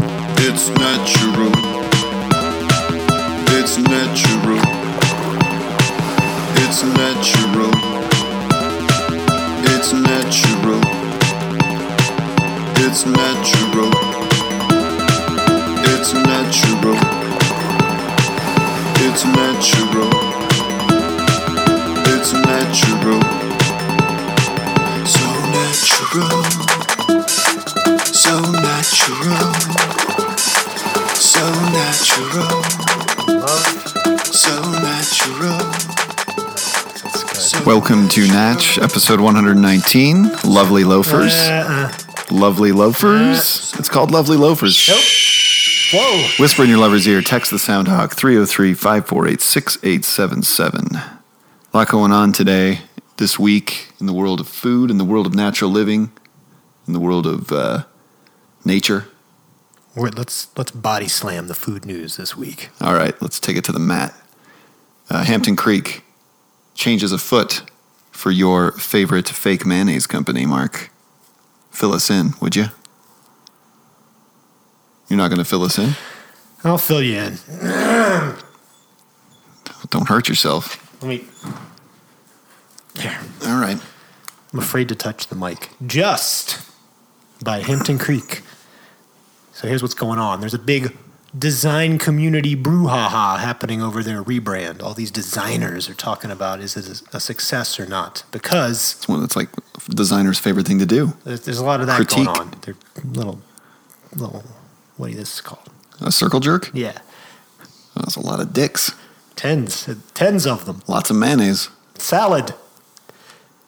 It's natural. It's natural. It's natural. It's natural. It's natural. It's natural. It's natural. It's natural. So natural. So natural. So natural. So natural. Welcome to Natch, episode 119. Lovely loafers. Lovely loafers. It's called Lovely Loafers. Whoa. Whisper in your lover's ear. Text the Soundhawk 303 548 6877. A lot going on today, this week, in the world of food, in the world of natural living, in the world of uh, nature. Wait, let's let's body slam the food news this week. All right, let's take it to the mat. Uh, Hampton Creek changes afoot for your favorite fake mayonnaise company, Mark. Fill us in, would you? You're not going to fill us in? I'll fill you in. Don't hurt yourself. Let me. There. All right. I'm afraid to touch the mic. Just by Hampton Creek. So here's what's going on. There's a big design community brouhaha happening over their rebrand. All these designers are talking about is it a success or not? Because It's one that's like designer's favorite thing to do. there's there's a lot of that Critique. going on. They're little, little, what is this called? A circle jerk? Oh, Yeah. That's a lot of dicks. Tens, tens of them. Lots of mayonnaise. salad.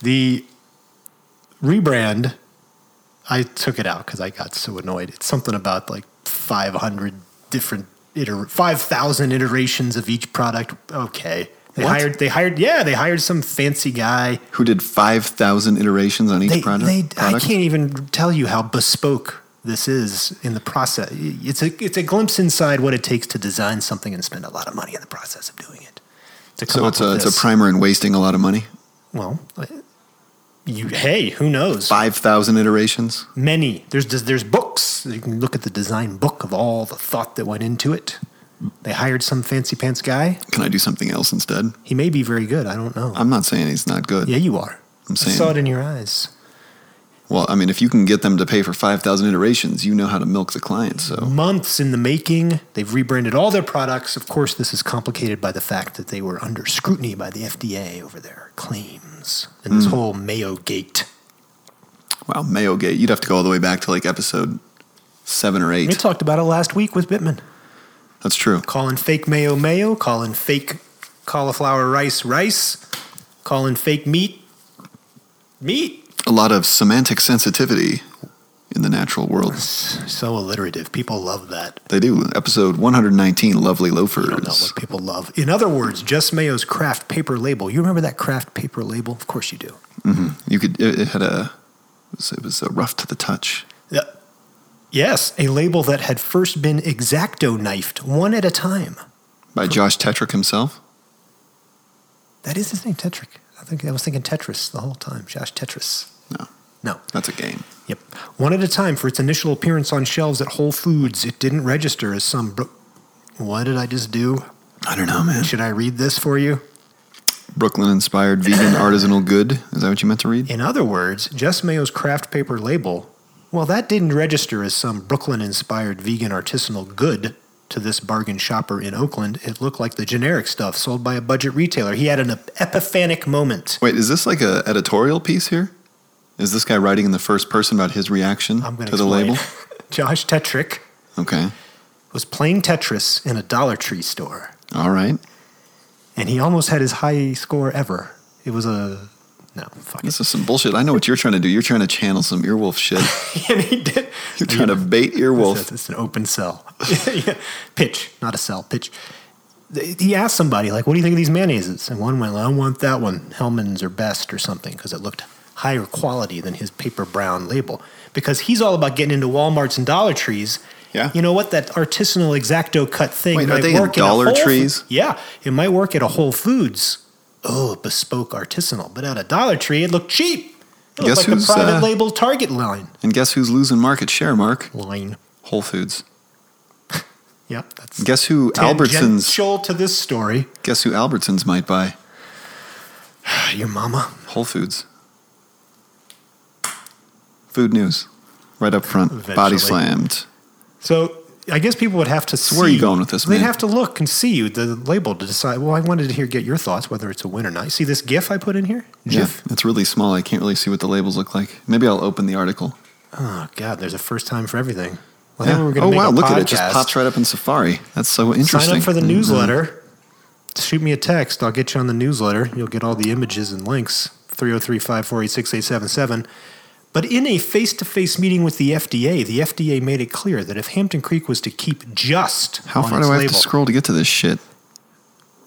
The rebrand, I took it out because I got so annoyed. It's something about like 500 different iter- 5,000 iterations of each product. Okay. They What? hired they hired yeah, they hired some fancy guy. Who did 5,000 iterations on each They, product? they I product? can't even tell you how bespoke this is in the process. It's a it's a glimpse inside what it takes to design something and spend a lot of money in the process of doing it. To come So up it's a, with it's a this. primer in wasting a lot of money. Well, you hey, who knows? 5,000 iterations? Many there's des- there's books you can look at the design book of all the thought that went into it. They hired some fancy pants guy. Can I do something else instead? He may be very good. I don't know. I'm not saying he's not good. yeah, you are. I'm I saying- saw it in your eyes. Well, I mean, if you can get them to pay for 5,000 iterations, you know how to milk the client. So Months in the making. They've rebranded all their products. Of course, this is complicated by the fact that they were under scrutiny by the FDA over their claims and Hmm. this whole Mayo Gate. Wow, Mayo Gate. You'd have to go all the way back to like episode seven or We eight. talked about it last week with Bittman. That's true. calling fake mayo mayo, calling fake cauliflower rice rice, calling fake meat meat. A lot of semantic sensitivity in the natural world. So alliterative. People love that. They do. Episode 119 Lovely I don't know Loafers. what people love. In other words, just Mayo's craft paper label. You remember that craft paper label? Of course you do. Mm-hmm. You could, it, it had a, it was, it was uh rough to the touch. Yeah. Yes, a label that had first been exacto knifed one at a time. By Josh Tetrick himself? That is his name, Tetrick. I think I was thinking Tetris the whole time. Josh Tetris. No, No. that's a game. Yep. One at a time for its initial appearance on shelves at Whole Foods. It didn't register as some. Bro- what did I just do? I don't know, man. Should I read this for you? Brooklyn inspired vegan artisanal good. Is that what you meant to read? In other words, Just Mayo's craft paper label, well, that didn't register as some Brooklyn inspired vegan artisanal good to this bargain shopper in Oakland. It looked like the generic stuff sold by a budget retailer. He had an epiphanic moment. Wait, is this like a editorial piece here? Is this guy writing in the first person about his reaction I'm going to the label? Josh Tetrick Okay. was playing Tetris in a Dollar Tree store. All right. and he almost had his high score ever. It was a no, fuck it. This is some bullshit. I know what you're trying to do. You're trying to channel some earwolf shit. and he did. You're trying to bait It's, earwolf. it's an open cell, Yeah. pitch, not a cell, pitch. Th- He asked somebody like, "What do you think of these mayonnaises?" And one went, "I want that one, Hellman's or Best or something," because it looked higher quality than his paper brown label. Because he's all about getting into WalMarts and Dollar Trees. Yeah. You know what? That artisanal exacto cut thing Wait, are might they in work a Dollar Whole Fo- Trees? yeah, it might work at a Whole Foods. Oh, bespoke artisanal, but at a Dollar Tree, it looked cheap. Guess It looked like who's, the private uh, label Target line. And guess who's losing market share, Mark? Line. Whole Foods. Yeah, that's Guess who Albertsons? tangential to this story. Guess who Albertsons might buy? Your mama. Whole Foods. Food news, right up front. Body Eventually. slammed. So I guess people would have to. See, where are you going with this, They'd man? have to look and see the label to decide. Well, I wanted to hear get your thoughts whether it's a win or not. You see this GIF I put in here? GIF. Yeah, it's really small. I can't really see what the labels look like. Maybe I'll open the article. Oh God, there's a first time for everything. Well, Yeah. then we're gonna oh make wow! a Look at it. it; podcast. just pops right up in Safari. That's so interesting. Sign up for the Mm, newsletter. Shoot me a text. I'll get you on the newsletter. You'll get all the images and links 303 548 6877. But in a face to face meeting with the FDA, the FDA made it clear that if Hampton Creek was to keep just Mm-hmm. How on far its do I have label, to scroll to get to this shit?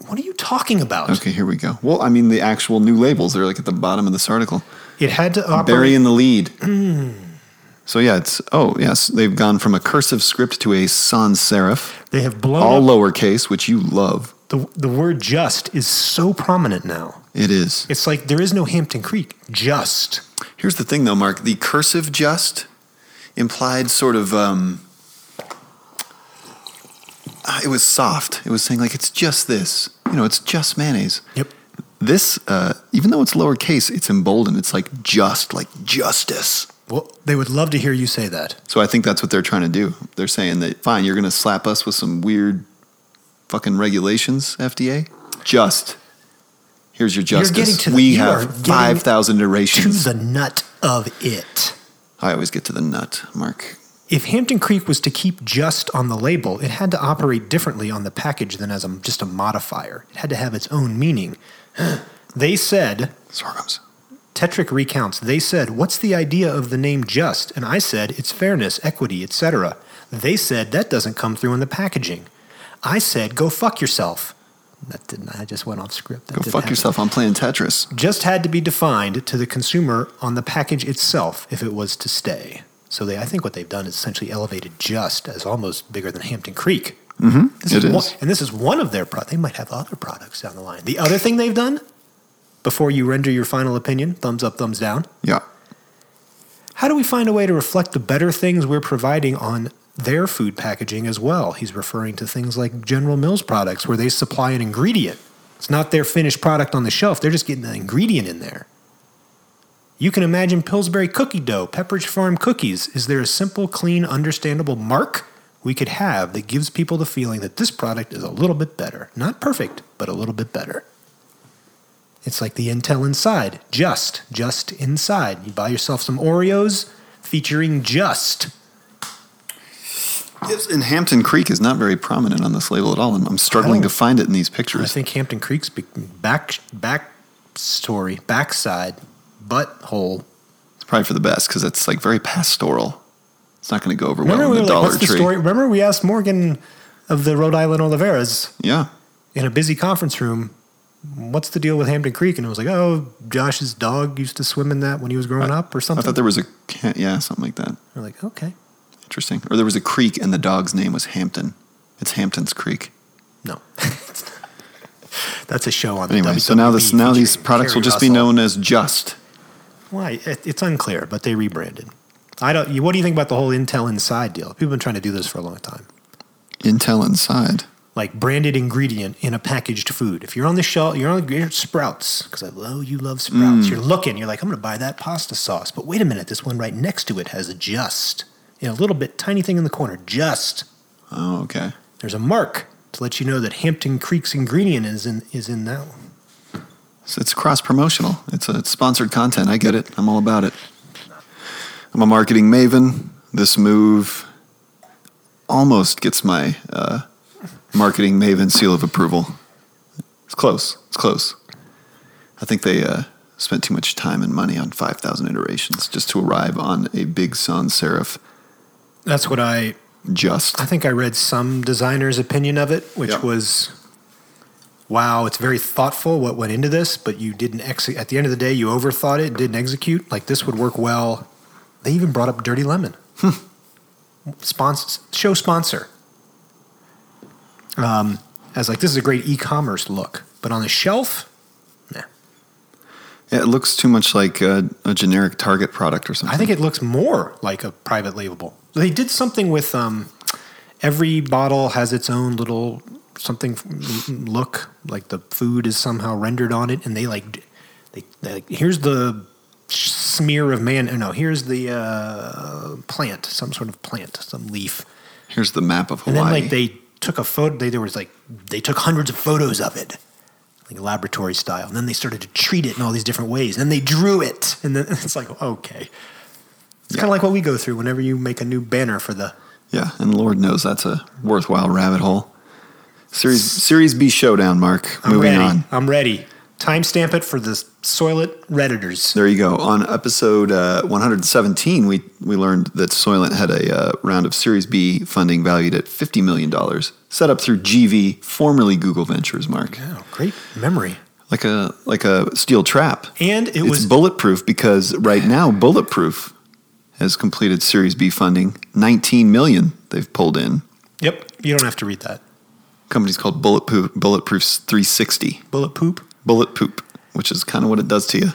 what are you talking about? Okay, here we go. Well, I mean the actual new labels. They're like at the bottom of this article. It had to operate. Bury in the lead. So yeah, it's oh yes, they've gone from a cursive script to a sans serif, they have blown all up. lowercase, which you love. the, the word just is so prominent now. It is. It's like there is no Hampton Creek. Just. Here's the thing, though, Mark. The cursive just implied sort of. Um, ah, it was soft. It was saying like it's just this. You know, it's just mayonnaise. Yep. This, uh, even though it's lowercase, it's emboldened. It's like just, like justice. Well, they would love to hear you say that. So I think that's what they're trying to do. They're saying that fine, you're going to slap us with some weird fucking regulations, FDA. Just here's your justice. getting to the- we you are have getting five thousand To iterations. the nut of it. I always get to the nut, Mark. If Hampton Creek was to keep just on the label, it had to operate differently on the package than as a, just a modifier. It had to have its own meaning. they said, Sorghums. Tetrick recounts, they said, What's the idea of the name just? And I said, It's fairness, equity, etc. They said, That doesn't come through in the packaging. I said, Go fuck yourself. That didn't, I just went off script. That Go didn't fuck happen. yourself. I'm playing Tetris. Just had to be defined to the consumer on the package itself if it was to stay. So they, I think what they've done is essentially elevated just as almost bigger than Hampton Creek. Mm-hmm. This It One, is. and this is one of their products. They might have other products down the line. The other thing they've done, before you render your final opinion, thumbs up, thumbs down, Yeah. how do we find a way to reflect the better things we're providing on their food packaging as well? He's referring to things like General Mills products where they supply an ingredient. It's not their finished product on the shelf, they're just getting the ingredient in there. You can imagine Pillsbury cookie dough, Pepperidge Farm cookies. Is there a simple, clean, understandable mark we could have that gives people the feeling that this product is a little bit better? Not perfect, but a little bit better. It's like the Intel Inside, just, just inside. You buy yourself some Oreos featuring just. Yes, and Hampton Creek is not very prominent on this label at all, and I'm struggling to don't- find it in these I pictures. think Hampton Creek's be- back back story, backside, butthole. it's probably for the best because it's like very pastoral. It's not going to go over well Remember in we the were like, Dollar what's the Tree. story? Remember we asked Morgan of the Rhode Island Oliveras Yeah. in a busy conference room, what's the deal with Hampton Creek? And it was like, oh, Josh's dog used to swim in that when he was growing up or I something. thought there was a ca- yeah something like that. We're like, okay, Interesting. Or there was a creek and the dog's name was Hampton. It's Hampton's Creek. no. That's a show on the Anyway, so now this WWE now these featuring products will Kerry just be Russell. known as Just. Why? It, it's unclear, but they rebranded. I don't. you- What do you think about the whole Intel Inside deal? People have been trying to do this for a long time, Intel inside. like branded ingredient in a packaged food. If you're on the shelf, you're on your Sprouts because I love you. Love Sprouts. You're looking. You're like, I'm going to buy that pasta sauce, but wait a minute, this one right next to it has a just in a little bit tiny thing in the corner. Just Oh, okay. there's a mark to let you know that Hampton Creek's ingredient is in is in that one. So it's cross promotional. It's a it's sponsored content. I get it. I'm all about it. I'm a marketing maven. This move almost gets my uh, marketing maven seal of approval. It's close. It's close. I think they uh, spent too much time and money on 5,000 iterations just to arrive on a big sans serif. That's what I Just. I think I read some designer's opinion of it, which Yeah. was, "Wow, it's very thoughtful what went into this, but you didn't execute. At the end of the day, you overthought it, didn't execute. Like this would work well." They even brought up Dirty Lemon, Spons- show sponsor, um, as like this is a great e-commerce look, but on the shelf, nah. Yeah, it looks too much like a, a generic Target product or something. I think it looks more like a private label. They did something with um, every bottle has its own little something look like the food is somehow rendered on it and they like they, they like here's the smear of man no here's the uh, plant some sort of plant some leaf Here's the map of and Hawaii. then like they took a photo they there was like they took hundreds of photos of it like laboratory style and then they started to treat it in all these different ways and then they drew it and then it's like okay it's kind of like what we go through whenever you make a new banner for the yeah, and Lord knows that's a worthwhile rabbit hole. Series Series B showdown, Mark. I'm Moving ready. on. I'm ready. Timestamp it for the Soylent Redditors. There you go. On episode uh, 117, we, we learned that Soylent had a uh, round of Series B funding valued at $50 million, set up through GV, formerly Google Ventures, Mark. Oh, great memory. Like a like a steel trap. And it it's was bulletproof because right now Bulletproof has completed Series B funding, 19 million they've pulled in. yep. You don't have to read that. Company's called Bulletproof Bulletproof 360, Bullet poop. Bullet Poop, which is kind of what it does to you.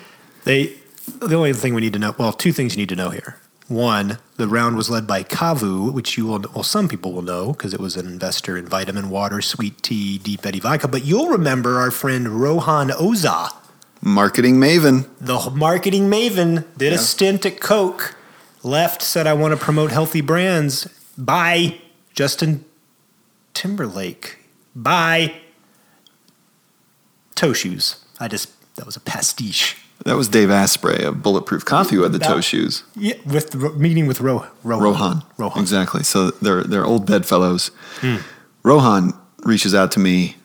They. The only thing we need to know. Well, two things you need to know here. One, the round was led by Kavu, which you will. Well, some people will know because it was an investor in vitamin water, sweet tea, deep Eddy vodka. But you'll remember our friend Rohan Oza, Marketing Maven. the marketing maven, did a stint at Coke, left, said, I want to promote healthy brands. Bye, Justin Timberlake. Bye, Toe Shoes. I just, that was a pastiche. That was Dave Asprey of Bulletproof Coffee who had the That- toe shoes. Yeah, with the, meeting with Ro, Rohan. Rohan. Rohan. Hmm. Exactly. So they're they're old bedfellows. Rohan reaches out to me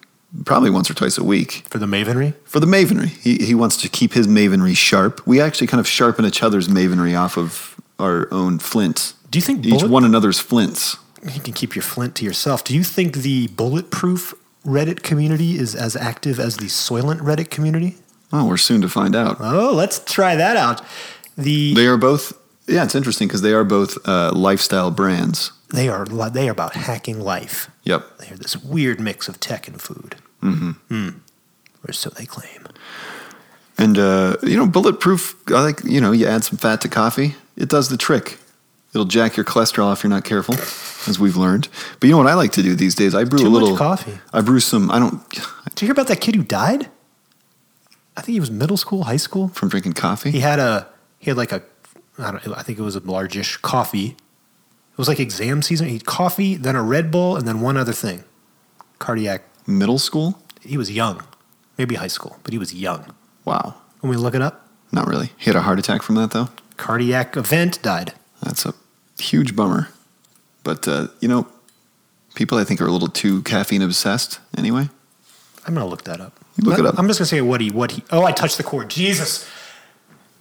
probably once or twice a week For the mavenry? for the mavenry. He he wants to keep his mavenry sharp. We actually kind of sharpen each other's mavenry off of our own flints. Do you think Each bullet- one another's flints. You can keep your flint to yourself. Do you think the bulletproof Reddit community is as active as the Soylent Reddit community? Oh, we're soon to find out. Oh, let's try that out. The They are both yeah, it's interesting because they are both uh, lifestyle brands. they are li- they are about hacking life. Yep. They are this weird mix of tech and food, mm-hmm. or so they claim. And uh, you know, bulletproof. I think you know, you add some fat to coffee, it does the trick. It'll jack your cholesterol if you're not careful, as we've learned. But you know what I like to do these days? I brew Too a much little coffee. I brew some. I don't Did you hear about that kid who died? I think he was middle school, high school. from drinking coffee. He had a he had like a I don't I think it was a largish coffee. It was like exam season. He had coffee, then a Red Bull, and then one other thing. Cardiac. Middle school? He was young, maybe high school, but he was young. Wow, When we look it up, not really. He had a heart attack from that though. cardiac event died. That's a huge bummer. But uh, you know, people I think are a little too caffeine obsessed. Anyway, I'm gonna look that up. You look I'm- it up. I'm just gonna say what he what he. Oh, I touched the cord. Jesus.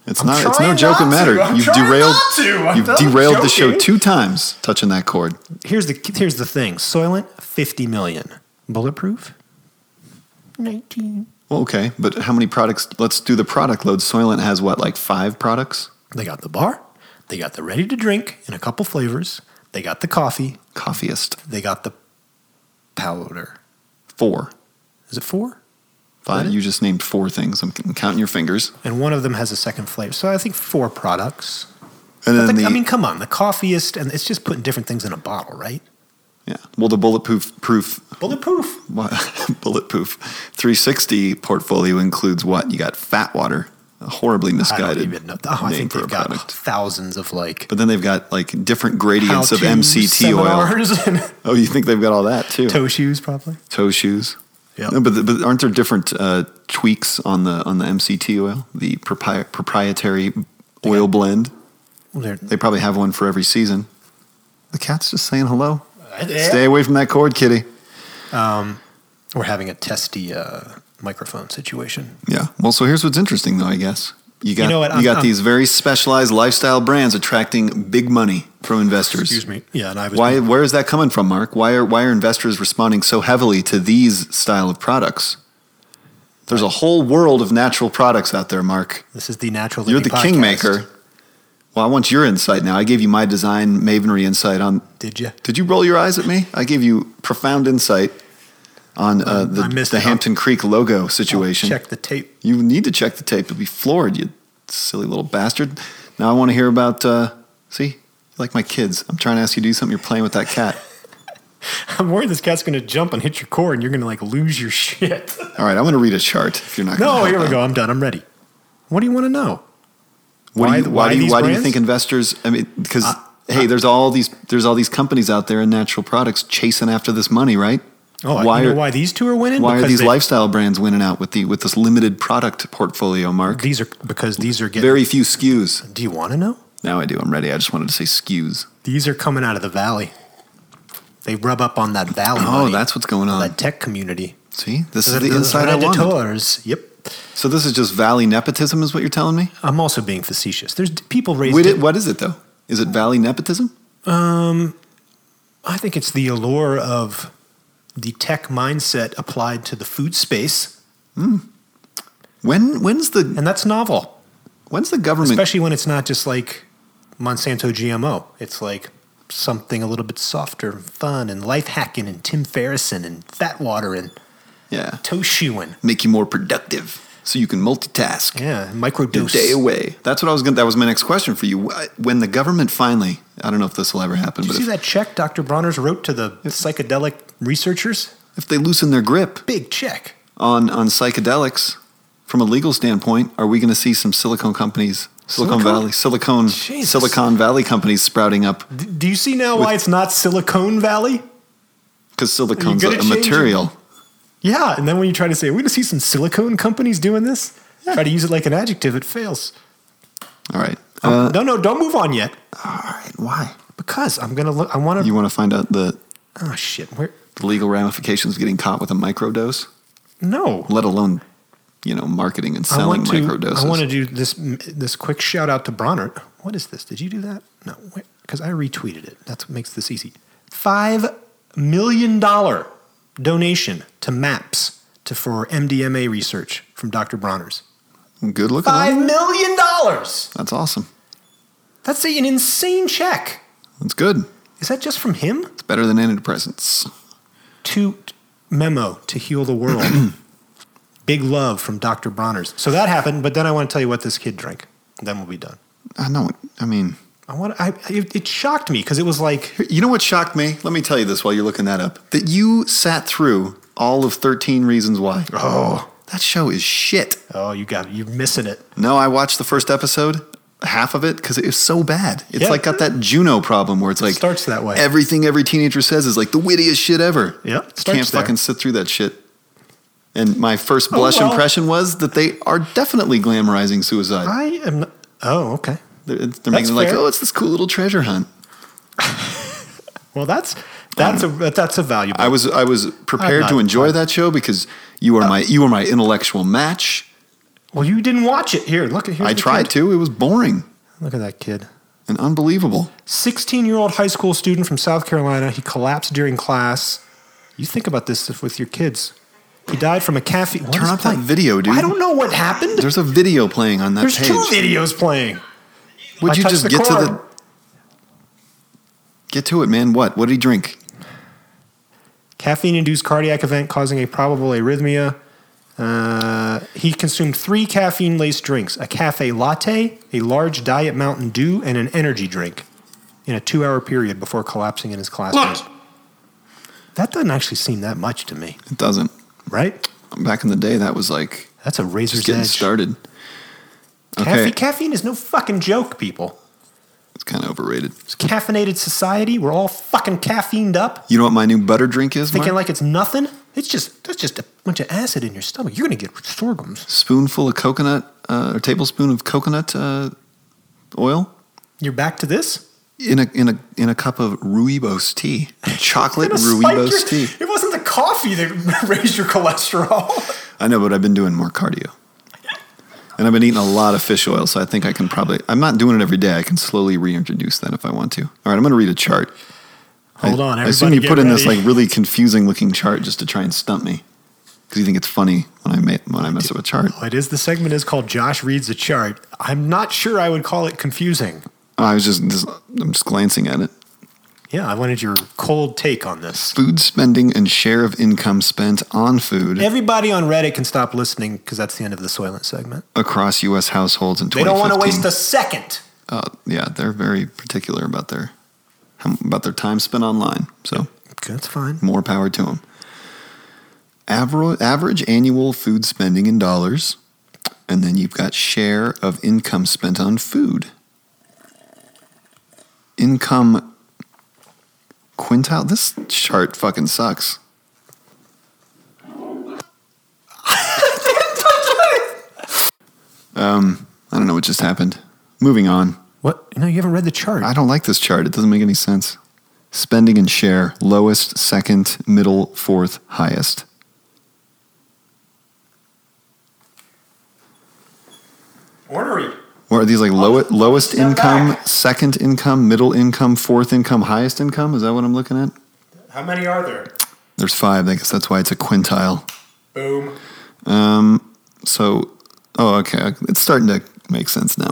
it's I'm not. It's no trying joking not to. matter. I'm You've trying derailed. not to. I'm You've not derailed the show joking. two times touching that cord. Here's the here's the thing. Soylent, fifty million. Bulletproof, nineteen. Well, okay, but how many products? Let's do the product load. Soylent has what, like five products? They got the bar. They got the ready to drink in a couple flavors. They got the coffee. Coffeeist, They got the powder. four. Is it four? Five. You just named four things. I'm c- counting your fingers. And one of them has a second flavor. So I think four products. And But then the- the I mean, come on. The coffeeist, and it's just putting different things in a bottle, right? yeah. Well, the bulletproof proof Bulletproof. bulletproof 360 portfolio includes what? You got fat water, a horribly I misguided don't even know. Oh, I name think for a they've got product. thousands of like But then they've got like different gradients of how-to MCT oil. seminars and Oh, you think they've got all that too? toe shoes, probably. toe shoes. Yeah. No, but, but aren't there different uh, tweaks on the on the MCT oil, the propri- proprietary oil blend? They're- They probably have one for every season. The cat's just saying hello. Yeah. Stay away from that cord, kitty. We're having a testy uh, microphone situation. Yeah. Well, so here's what's interesting, though. I guess you got you, know what? I'm- got I'm- these very specialized lifestyle brands attracting big money from investors. Excuse me. Yeah, and I was Why? Where is that coming from, Mark? Why are why are investors responding so heavily to these style of products? There's a whole world of natural products out there, Mark. This is the natural. You're the Living Podcast. kingmaker. Well, I want your insight now. I gave you my design mavenry insight on. Did you? Did you roll your eyes at me? I gave you profound insight on uh, the, Um, I missed the it. Hampton Creek logo situation. Check the tape. You need to check the tape. You'll be floored, you silly little bastard. Now I want to hear about. Uh, see, like my kids. I'm trying to ask you to do something. You're playing with that cat. I'm worried this cat's going to jump and hit your core, and you're going to like lose your shit. All right, I want to read a chart. If you're not gonna no, help here we out. go. I'm done. I'm ready. What do you want to know? What Why- do you, why why, do you, these why do you brands? think investors? I mean, because hey, there's all these there's all these companies out there in natural products chasing after this money, right? Oh, why you are know why these two are winning? why are Because these they- lifestyle brands winning out with the with this limited product portfolio, Mark? These are because these are getting. Very few SKUs. do you want to know? Now I do. I'm ready. I just wanted to say SKUs. These are coming out of the valley. They rub up on that valley. Oh, money, that's what's going on. that tech community. See, this is They're- the they're inside I wanted. predators. Yep. So this is just valley nepotism, is what you're telling me? I'm also being facetious. There's d- people raised. What di- i- what is it though? Is it valley nepotism? Um, I think it's the allure of the tech mindset applied to the food space, When when's the and that's novel, when's the government? especially when it's not just like Monsanto GMO. It's like something a little bit softer, and fun, and life hacking, and Tim Ferrison, and fat water, and yeah, toe shoeing. make you more productive so you can multitask. Yeah, a microdose. day away. That's what I was going. to That was my next question for you. Wh- When the government finally, I don't know if this will ever happen, Did you but see if, that check Dr. Bronner's wrote to the psychedelic researchers? if they loosen their grip Big check. on on psychedelics, from a legal standpoint, are we going to see some silicone companies, Silicon Silicone? Valley, Silicon Jesus. Silicon Valley companies sprouting up D- do you see now why it's not Silicon Valley? because silicone's a, gonna a change it? material? Yeah, and then when you try to say, we're going to see some silicone companies doing this, try to use it like an adjective, it fails. All right. Uh, no, no, don't move on yet. all right. Why? Because I'm going to look, I want to. You want to find out the, Oh, shit. Where? the legal ramifications of getting caught with a microdose, No. let alone you know marketing and I selling want to, microdoses. I want to do this this quick shout out to Bronner. What is this? Did you do that? No, because I retweeted it. That's what makes this easy. Five million dollar donation to MAPS to for MDMA research from Dr. Bronner's. Good looking. Five million dollars. That's awesome. That's an insane check. That's good. Is that just from him? It's better than antidepressants. To memo to heal the world. Big love from Dr. Bronner's. So that happened, but then I want to tell you what this kid drank. Then we'll be done. I know. I mean, I want. I it, it shocked me because it was like you know what shocked me? Let me tell you this while you're looking that up. That you sat through all of 13 Reasons Why. Oh, that show is shit. Oh, you got you're missing it. No, I watched the first episode, half of it, because it was so bad. It's Yeah. like got that Juno problem where it's like starts that way. Everything every teenager says is like the wittiest shit ever. Yeah, it starts can't there. Oh, fucking sit through that shit. And my first blush well. impression was that they are definitely glamorizing suicide. I am. Not, oh, okay. They're, they're making it like, fair. oh, it's this cool little treasure hunt. Well, that's that's a that's a valuable. I was I was prepared I'm to not- Oh. enjoy that show because you are my you are my intellectual match. well, you didn't watch it. Here, look at here. I tried to. It was boring Look at that kid. and unbelievable. Sixteen-year-old high school student from South Carolina. He collapsed during class. You think about this if- with your kids. He died from a caffeine. what Turn is off that playing? video, dude. I don't know what happened. There's, There's a video playing on that page. two videos playing. Would I you touched just the get to cord. the Get to it, man. What? What did he drink? Caffeine-induced cardiac event causing a probable arrhythmia. Uh, he consumed three caffeine-laced drinks: a cafe latte, a large diet Mountain Dew, and an energy drink, in a two-hour period before collapsing in his classroom. That doesn't actually seem that much to me, It doesn't. right? Back in the day, that was like That's a razor's just getting edge. started. Caffe- Okay, Caffeine is no fucking joke, people. it's kind of overrated. It's a caffeinated society. We're all fucking caffeined up, You know what my new butter drink is? Mark? thinking like it's nothing. It's just that's just a bunch of acid in your stomach. You're gonna get sorghums. Spoonful of coconut, uh, or tablespoon of coconut uh, oil. You're back to this. in a in a in a cup of ruibos tea, chocolate Gonna spike ruibos tea. your- It wasn't the coffee that raised your cholesterol. I know, but I've been doing more cardio, and I've been eating a lot of fish oil, so I think I can probably. I'm not doing it every day. I can slowly reintroduce that if I want to. All right, I'm going to read a chart. Hold I, on, I assume everybody you get put in this ready. like really confusing looking chart just to try and stump me because you think it's funny when I ma- when I mess up a chart. It is the segment is called Josh reads a chart. I'm not sure I would call it confusing. I was just, just I'm just glancing at it. Yeah, I wanted your cold take on this. Food spending and share of income spent on food Everybody on Reddit can stop listening because that's the end of the Soylent segment. across U.S. households in 2015. They don't want to waste a second. uh, yeah, they're very particular about their how- about their time spent online. So That's fine. More power to them. Average, average annual food spending in dollars, and then you've got share of income spent on food. Income quintile. This chart fucking sucks. um, I don't know what just happened. Moving on. What? No, you haven't read the chart. I don't like this chart. It doesn't make any sense. Spending and share lowest, second, middle, fourth, highest. Ornery. Oh, Or are these like low, lowest step income, back. second income, middle income, fourth income, highest income? Is that what I'm looking at? How many are there? There's five. I guess that's why it's a quintile. Boom. Um, so, oh, okay. It's starting to make sense now.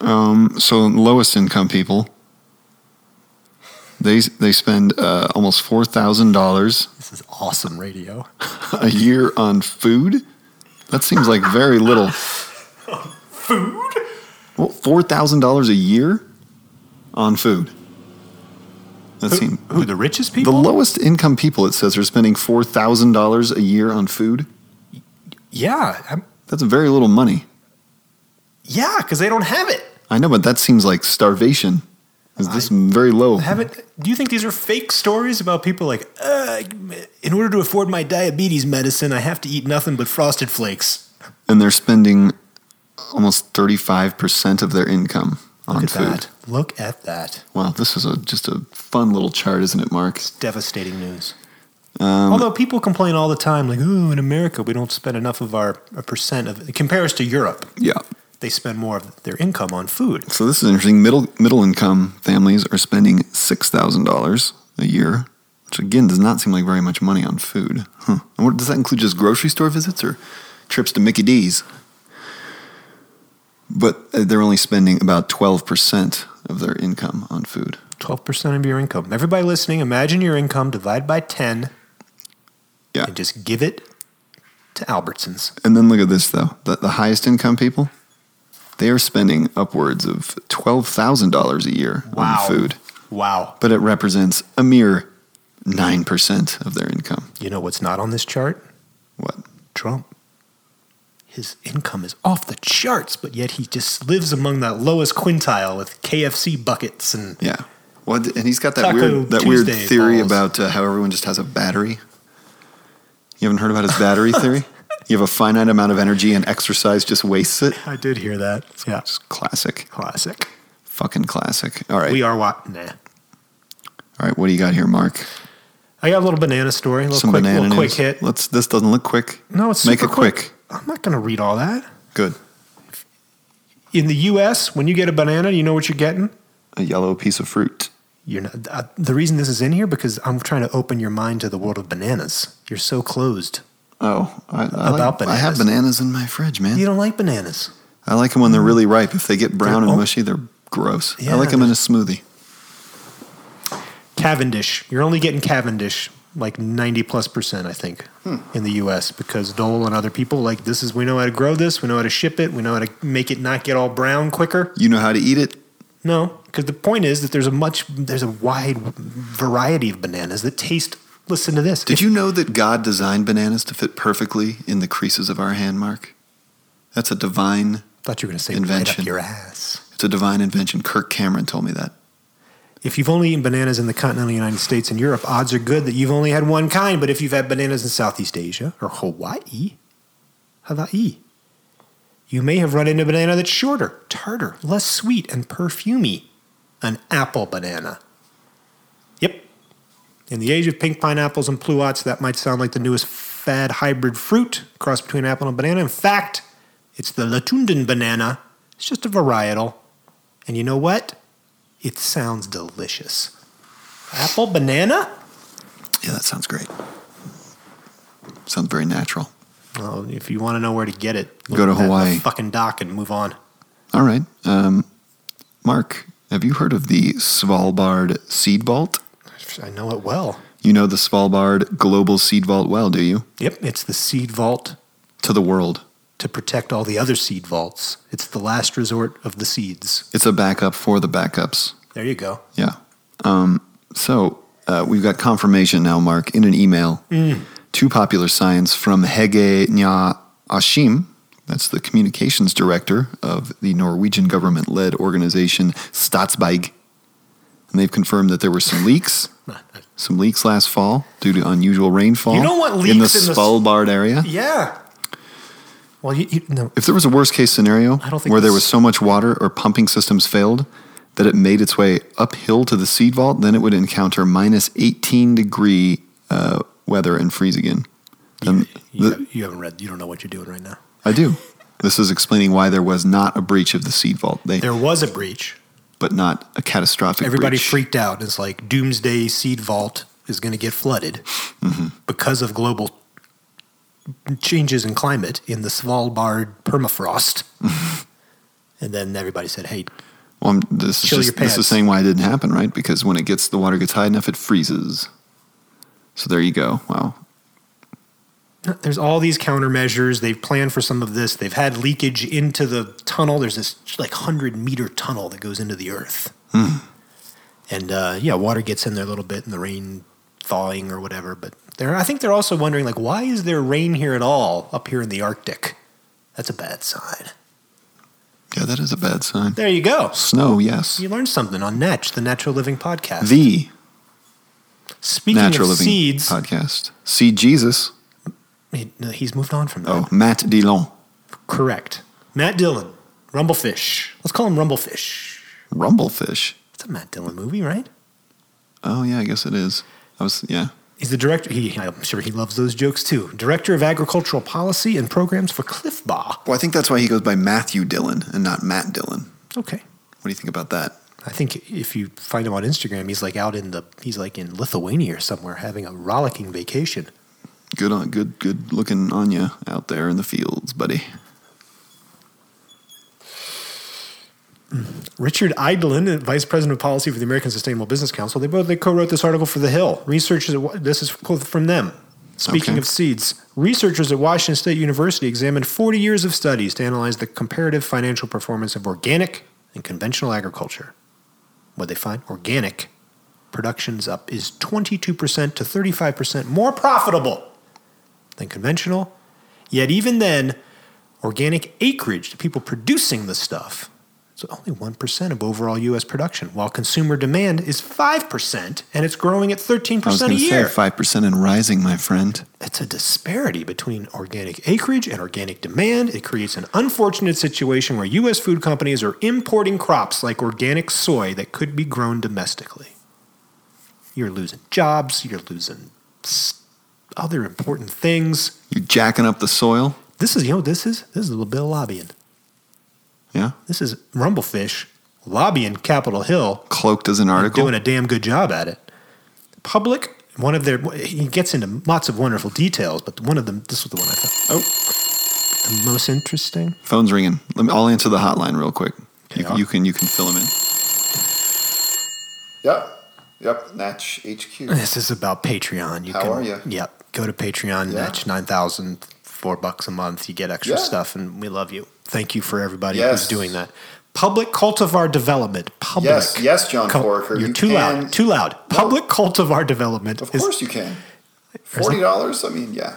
Um, so, lowest income people, they, they spend uh, almost $4,000 This is awesome radio. a year on food? That seems like very little. Food? Well, four thousand dollars a year on food. That seems Who, the richest the people? lowest income people. It says are spending four thousand dollars a year on food. yeah. I'm- That's very little money. yeah, because they don't have it. I know, but that seems like starvation. Is this very low? Have it. Do you think these are fake stories about people like, uh, in order to afford my diabetes medicine, I have to eat nothing but frosted flakes? And they're spending almost thirty-five percent of their income on Look at food. that. Look at that. Wow, this is a, just a fun little chart, isn't it, Mark? Devastating news. Um, Although people complain all the time, like, ooh, in America, we don't spend enough of our a percent of. Compare us to Europe. Yeah. They spend more of their income on food. So this is interesting. Middle middle income families are spending six thousand dollars a year, which again does not seem like very much money on food. Huh. And what, does that include just grocery store visits or trips to Mickey D's? But uh, they're only spending about twelve percent of their income on food. 12% of your income. Everybody listening, imagine your income, divide by 10, Yeah. and just give it to Albertsons. And then look at this though. The, the highest income people, they are spending upwards of twelve thousand dollars a year on food, Wow. but it represents a mere nine percent of their income. You know what's not on this chart? What? Trump. His income is off the charts, but yet he just lives among that lowest quintile with KFC buckets and Yeah. Well, th- and he's got that Taco weird that Tuesday weird theory balls. about uh, how everyone just has a battery. You haven't heard about his battery theory? You have a finite amount of energy and exercise just wastes it. I did hear that. Yeah. It's classic. Classic. Fucking classic. All right. We are what? Nah. All right, what do you got here, Mark? I got a little banana story, a little quick, little quick news. hit. Let's this doesn't look quick. No, it's Make super it quick. I'm not going to read all that. Good. In the U.S., when you get a banana, you know what you're getting. A yellow piece of fruit. You're not. Uh, the reason this is in here because I'm trying to open your mind to the world of bananas. You're so closed. Oh, I, I, like- About I have bananas. bananas in my fridge, man. You don't like bananas. I like them when they're really ripe. If they get brown They're and al- mushy, they're gross. Oh. I Yeah, like them in a smoothie. Cavendish. You're only getting Cavendish like 90 plus percent, I think, Hmm. in the U.S. because Dole and other people like this is we know how to grow this, we know how to ship it, we know how to make it not get all brown quicker. You know how to eat it? No, because the point is that there's a much there's a wide variety of bananas that taste. Listen to this. Did you know that God designed bananas to fit perfectly in the creases of our hand, Mark? That's a divine, thought you were going to say right Invention. up your ass. it's a divine invention. Kirk Cameron told me that. If you've only eaten bananas in the continental United States and Europe, odds are good that you've only had one kind. But if you've had bananas in Southeast Asia or Hawaii, Hawaii, you may have run into a banana that's shorter, tartar, less sweet, and perfumy. An apple banana. Yep. In the age of pink pineapples and pluots, that might sound like the newest fad hybrid fruit, cross between apple and banana. In fact, it's the Latundan banana. It's just a varietal. And you know what? It sounds delicious. Apple banana? Yeah, that sounds great. Sounds very natural. Well, if you want to know where to get it, Go look to at that Hawaii. fucking dock and move on. All right. Um, Mark, have you heard of the Svalbard Seed Vault? I know it well. You know the Svalbard Global Seed Vault well, do you? Yep, it's the seed vault To the world. to protect all the other seed vaults. It's the last resort of the seeds. It's a backup for the backups. There you go. Yeah. Um, so uh, we've got confirmation now, Mark, in an email Mm. to Popular Science from Hege Nya Ashim. That's the communications director of the Norwegian government led organization Statsbygg. And they've confirmed that there were some leaks, some leaks last fall due to unusual rainfall You don't want in the leaks in the s- Svalbard area. Yeah. Well, you, you no. If there was a worst case scenario I don't think where there this- was so much water or pumping systems failed that it made its way uphill to the seed vault, then it would encounter minus 18 degree uh, weather and freeze again. Then You, the- you haven't read. You don't know what you're doing right now. I do. This is explaining why there was not a breach of the seed vault, they, There was a breach. but not a catastrophic Everybody breach. freaked out. It's like doomsday seed vault is going to get flooded because of global changes in climate in the Svalbard permafrost. and then everybody said, "Hey, Well, I'm- this, is Chill just- your this is pants. saying why it didn't happen, right? Because when it gets the water gets high enough, it freezes. So there you go. Wow. there's all these countermeasures. They've planned for some of this. They've had leakage into the tunnel. There's this like hundred meter tunnel that goes into the earth. Hmm. And uh, yeah, water gets in there a little bit, and the rain thawing or whatever. But they're, I think they're also wondering like, why is there rain here at all up here in the Arctic? That's a bad sign. Yeah, that is a bad sign. There you go. Snow, yes. You learned something on Natch, the Natural Living Podcast. The Speaking Natural of Living seeds, Podcast. Seed Jesus. he- no, he's moved on from that. Oh, Matt Dillon. Correct. Matt Dillon, Rumblefish. Let's call him Rumblefish. Rumblefish. It's a Matt Dillon movie, right? Oh, yeah, I guess it is. I was, yeah. He's the director. He, I'm sure he loves those jokes too. Director of Agricultural Policy and Programs for Cliff Bar. Well, I think that's why he goes by Matthew Dillon and not Matt Dillon. Okay. What do you think about that? I think if you find him on Instagram, he's like out in the he's like in Lithuania or somewhere having a rollicking vacation. Good on, good, good looking Anya out there in the fields, buddy. Richard Eidlin, Vice President of Policy for the American Sustainable Business Council, they both they co-wrote this article for The Hill. Researchers, at, Wa- this is quote from them. Speaking Okay. of seeds, researchers at Washington State University examined 40 years of studies to analyze the comparative financial performance of organic and conventional agriculture. What they find? Organic productions up is 22% to 35% more profitable than conventional. Yet even then, organic acreage, the people producing the stuff, is only 1% of overall U.S. production, while consumer demand is 5%, and it's growing at I was 13% a going to say year. 5% and rising, my friend. That's a disparity between organic acreage and organic demand. It creates an unfortunate situation where U.S. food companies are importing crops like organic soy that could be grown domestically. You're losing jobs, you're losing s- other important things. You're jacking up the soil. This is, you know, what this is this is a little bit of lobbying. Yeah. This is Rumblefish lobbying Capitol Hill, Cloaked as an article. doing a damn good job at it. Public, one of their, he gets into lots of wonderful details, but one of them, this was the one I thought oh, Oh, the most interesting. phone's ringing. Let me, I'll answer the hotline real quick. You, Okay. you can you can fill him in. Yep. Yep. Natch HQ. This is about Patreon. You How can, are ya? Yep. Go to Patreon, Yeah. match 9,000, four bucks a month. You get extra Yeah. stuff, and we love you. Thank you for everybody Yes. who's doing that. Public cultivar development. Public. Yes, yes, John Corker, You're you too can- loud. Too loud. Public cultivar development. is- you can. There's no- dollars. I mean, yeah.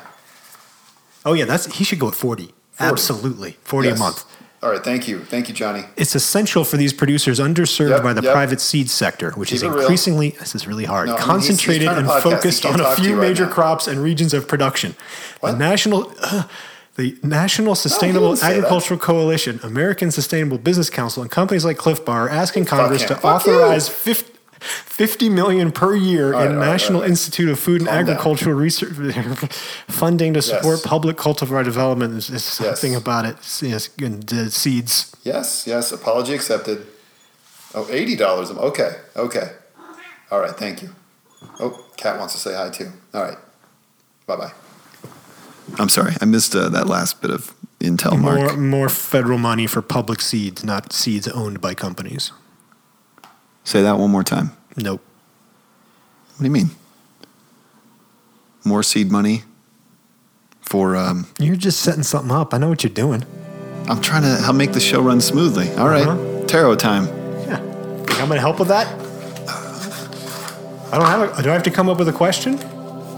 Oh yeah, that's he should go at forty. 40. Absolutely, forty a month. All right. Thank you. Thank you, Johnny. It's essential for these producers underserved Yep, by the yep. private seed sector, which is Keep it real. increasingly this is really hard, No, I mean, he's- he's concentrated trying to podcast. and He focused can't on a talk to few you right major now. crops and regions of production. What? The national. uh, the National Sustainable wouldn't say that. Agricultural Coalition, American Sustainable Business Council, and companies like Cliff Bar are asking Fuck Congress him. to Fuck you. authorize 50, 50 million per year All right, in all right, all National right. Institute of Food and Calm down. Agricultural Research funding to support Yes. public cultivar development. There's, there's Yes. something about it. Yes, and, uh, seeds. Yes. Yes. Apology accepted. Oh, eighty dollars. Okay. Okay. All right. Thank you. Oh, Kat wants to say hi too. All right. Bye bye. I'm sorry. I missed uh, that last bit of intel, Mark. More, more federal money for public seeds, not seeds owned by companies. Say that one more time. Nope. What do you mean? More seed money for? Um, You're just setting something up. I know what you're doing. I'm trying to help make the show run smoothly. All right. Uh-huh. tarot time. Yeah. Think I'm going to help with that? I don't have. A, do I have to come up with a question?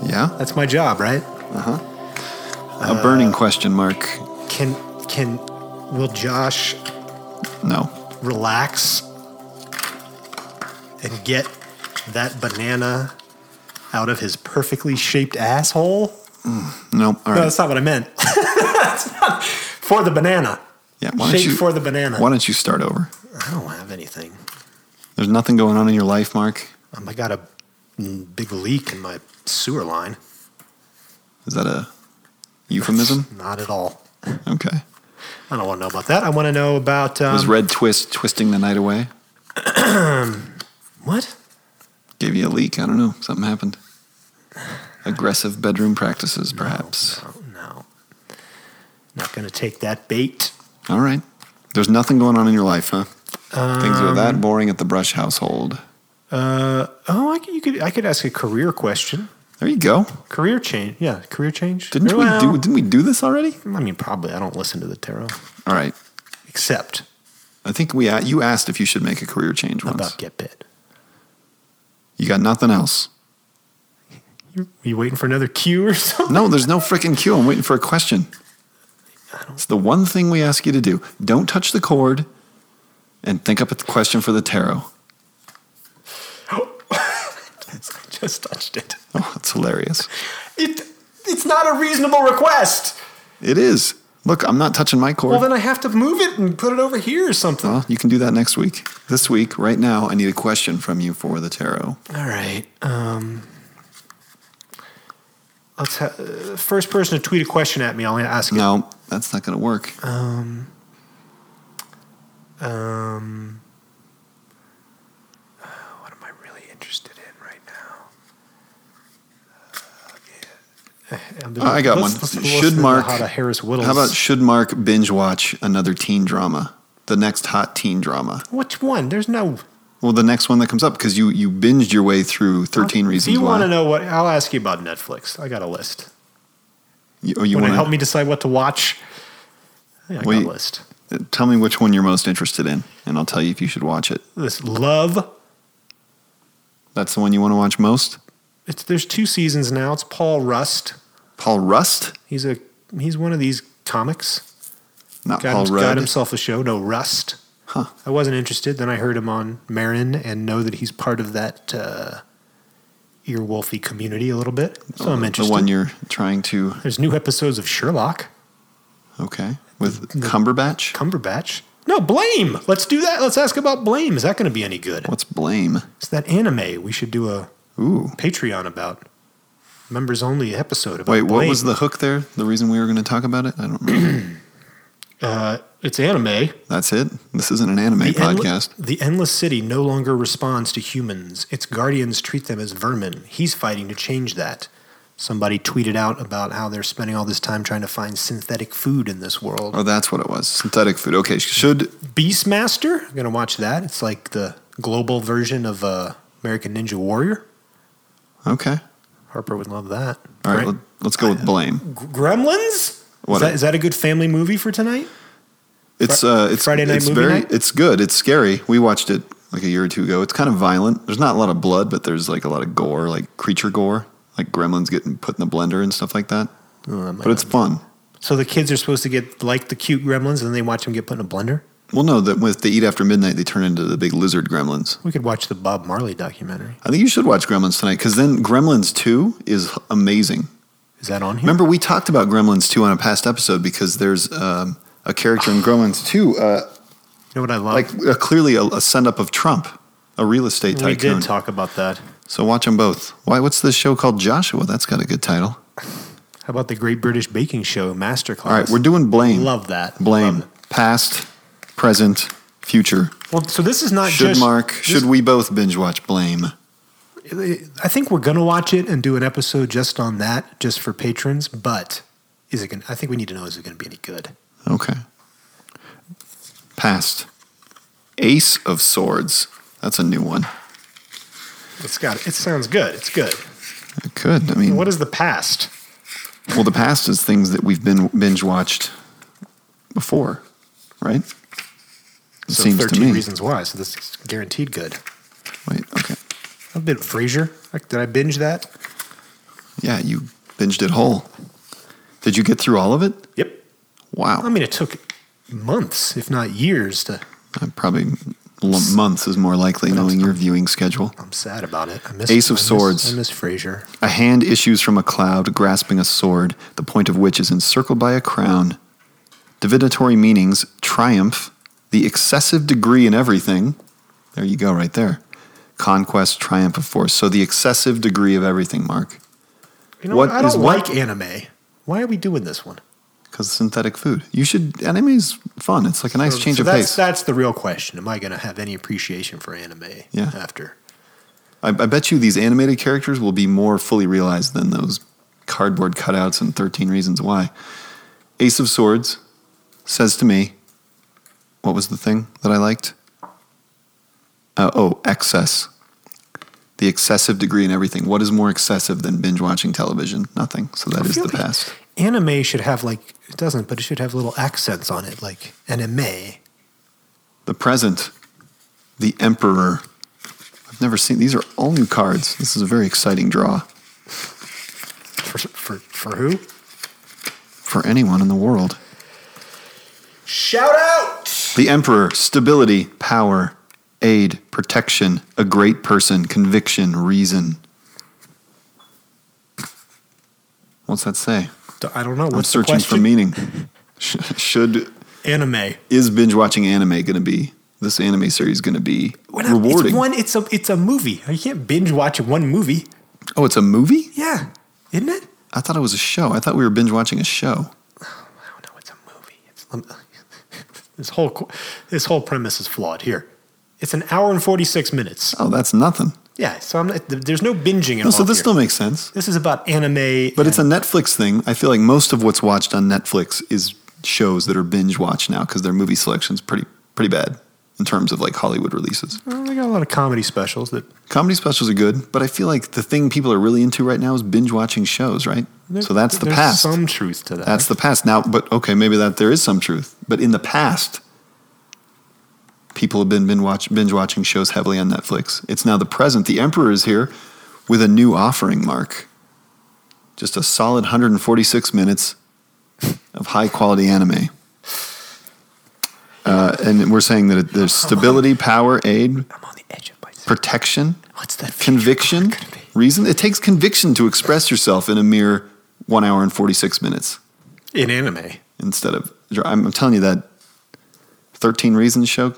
Yeah? That's my job, right? Uh, A burning question mark. Can can will Josh No. relax and get that banana out of his perfectly shaped asshole? Nope. All No, right. that's not what I meant. That's not- for the banana. Yeah. Why don't Shaped you, for the banana. Why don't you start over? I don't have anything. There's nothing going on in your life, Mark. Um, I got a mm, big leak in my sewer line. Is that a euphemism? Not at all. Okay. I don't want to know about that. I want to know about um, Was Red Twist twisting the night away? what? Gave you a leak. I don't know. Something happened. Aggressive bedroom practices, perhaps. Oh no, not going to take that bait. All right. There's nothing going on in your life, huh? Things are Um, that boring at the Brush household. Uh, oh, I could, you could I could ask a career question. There you go. Career change, yeah, career change. Didn't we Well, do? Didn't we do this already? I mean, probably. I don't listen to the tarot All right. except I think we a- you asked if you should make a career change once. about get bit. You got nothing else. You, you waiting for another cue or something? No, there's no freaking cue. I'm waiting for a question. It's the one thing we ask you to do. Don't touch the cord and think up a question for the tarot. I just touched it. Oh, that's hilarious. It it's not a reasonable request. It is. Look, I'm not touching my cord. Well, then I have to move it and put it over here or something. Well, you can do that next week. This week, right now, I need a question from you for the tarot. All right. Um, let's ha- uh, first person to tweet a question at me. I'll ask it. No, that's not going to work. Um, uh, what am I really interested in right now? Uh, yeah. Oh, I got Let's- one. let's listen should to Mark how to Harris Whittles? How about should Mark binge watch another teen drama? The next hot teen drama. which one? There's no. Well, the next one that comes up because you you binged your way through 13 reasons If you why. want to know what? I'll ask you about Netflix. I got a list. You, oh, you want wanna, to help me decide what to watch? Yeah, I Wait. got a list. Tell me which one you're most interested in, and I'll tell you if you should watch it. This love. That's the one you want to watch most. It's there's two seasons now. It's Paul Rust. Paul Rust, He's a he's one of these comics. not Got, Paul him- got Rudd. himself a show. No Rust. Huh. I wasn't interested. Then I heard him on Marin and know that he's part of that uh, earwolfy community a little bit. So I'm oh, the interested. one you're trying to. There's new episodes of Sherlock Okay, with Cumberbatch. Cumberbatch. No Blame. Let's do that. Let's ask about Blame. Is that going to be any good? What's blame? It's that anime we should do a Ooh. Patreon about members only episode about. Wait, what Blame. was the hook there? The reason we were going to talk about it? I don't remember. Uh, it's anime. That's it. This isn't an anime endle- podcast. the endless city no longer responds to humans. Its guardians treat them as vermin. He's fighting to change that. Somebody tweeted out about how they're spending all this time trying to find synthetic food in this world. Oh, that's what it was. Synthetic food. Okay, should Beastmaster, I'm gonna watch that. It's like the global version of uh, American Ninja Warrior. okay. Harper would love that. All right, Gre- let, let's go with blame. Gremlins. What Is a- that, is that a good family movie for tonight? It's Fri- uh, it's Friday night it's movie very, night? It's good. It's scary. We watched it like a year or two ago. It's kind of violent. There's not a lot of blood, but there's like a lot of gore, like creature gore, like gremlins getting put in the blender and stuff like that. Oh, that might But it's fun. So the kids are supposed to get like the cute gremlins, and then they watch them get put in a blender. Well, no, that with they eat after midnight, they turn into the big lizard gremlins. We could watch the Bob Marley documentary. I think you should watch Gremlins tonight because then Gremlins Two is amazing. Is that on here? Remember, we talked about Gremlins 2 on a past episode because there's um, a character in Gremlins 2, uh, You know what I love? like uh, clearly a, a send up of Trump, a real estate we tycoon. did talk about that. So watch them both. Why? What's this show called Joshua? That's got a good title. How about the Great British Baking Show Masterclass? All right, we're doing blame. Love that. Blame. Love Past, present, future. it. Well, so this is not Should just Mark, should we both binge watch Blame? this- I think we're gonna watch it and do an episode just on that, just for patrons. But is it gonna? I think we need to know is it gonna be any good? Okay. Past. Ace of Swords. That's a new one. It's got. It sounds good. It's good. It could. I mean, What is the past? Well, the past is things that we've been binge watched before, right? It So seems to thirteen me. reasons why. So this is guaranteed good. Wait, okay. I've been Frasier. Like, Did I binge that? Yeah, you binged it whole. Did you get through all of it? Yep. Wow. I mean, it took months, if not years, to. I'm Uh, probably l- months is more likely knowing your viewing schedule. I'm sad about it. I miss Ace of I miss- Swords. I miss Frasier. A hand issues from a cloud, grasping a sword, the point of which is encircled by a crown. Divinatory meanings triumph, the excessive degree in everything. There you go, right there. Conquest, triumph of force. So the excessive degree of everything, Mark. You know What what? I is don't what? like anime. Why are we doing this one? Because synthetic food. You should, anime's fun. It's like a nice So- change so of that's, pace. That's the real question. Am I going to have any appreciation for anime Yeah. after? I, I bet you these animated characters will be more fully realized than those cardboard cutouts and 13 Reasons Why. Ace of Swords says to me, What was the thing that I liked? Uh, oh, excess. The excessive degree in everything. What is more excessive than binge watching television? Nothing. So that I is feel the like past. Anime should have like it doesn't, but it should have little accents on it, like anime. The present. The Emperor. I've never seen these are all new cards. This is a very exciting draw For for for who? for anyone in the world. Shout out! The emperor, stability, power, aid, protection, a great person, conviction, reason. What's that say? D- I don't know. What's I'm the searching for question? meaning. Sh- Should Anime. is binge watching anime going to be this anime series going to be What up? rewarding? It's one. It's a it's a movie. You can't binge watch one movie. oh, it's a movie? Yeah, isn't it? I thought it was a show. I thought we were binge watching a show. I don't know. It's a movie. It's um, this whole qu- this whole premise is flawed. Here, it's an hour and forty six minutes. Oh, that's nothing. Yeah, so I'm not, th- there's no binging involved. No, so this here. still makes sense. this is about anime. But it's a Netflix thing. I feel like most of what's watched on Netflix is shows that are binge watched now because their movie selection's pretty pretty bad in terms of like Hollywood releases. Well, uh, they got a lot of comedy specials that Comedy specials are good, but I feel like the thing people are really into right now is binge watching shows, right? so that's the there's past. Some truth to that. that's the past. Now, but okay, maybe that there is some truth. But in the past, people have been binge, watch, binge watching shows heavily on Netflix. It's now the present. The Emperor is here with a new offering, Mark. Just a solid 146 minutes of high quality anime. Uh, and we're saying that it, there's stability, power, aid, I'm on the edge of my seat. protection, What's that? future conviction, card gonna reason. It takes conviction to express yourself in a mere one hour and 46 minutes be? in anime. instead of I'm, I'm telling you that 13 reasons show.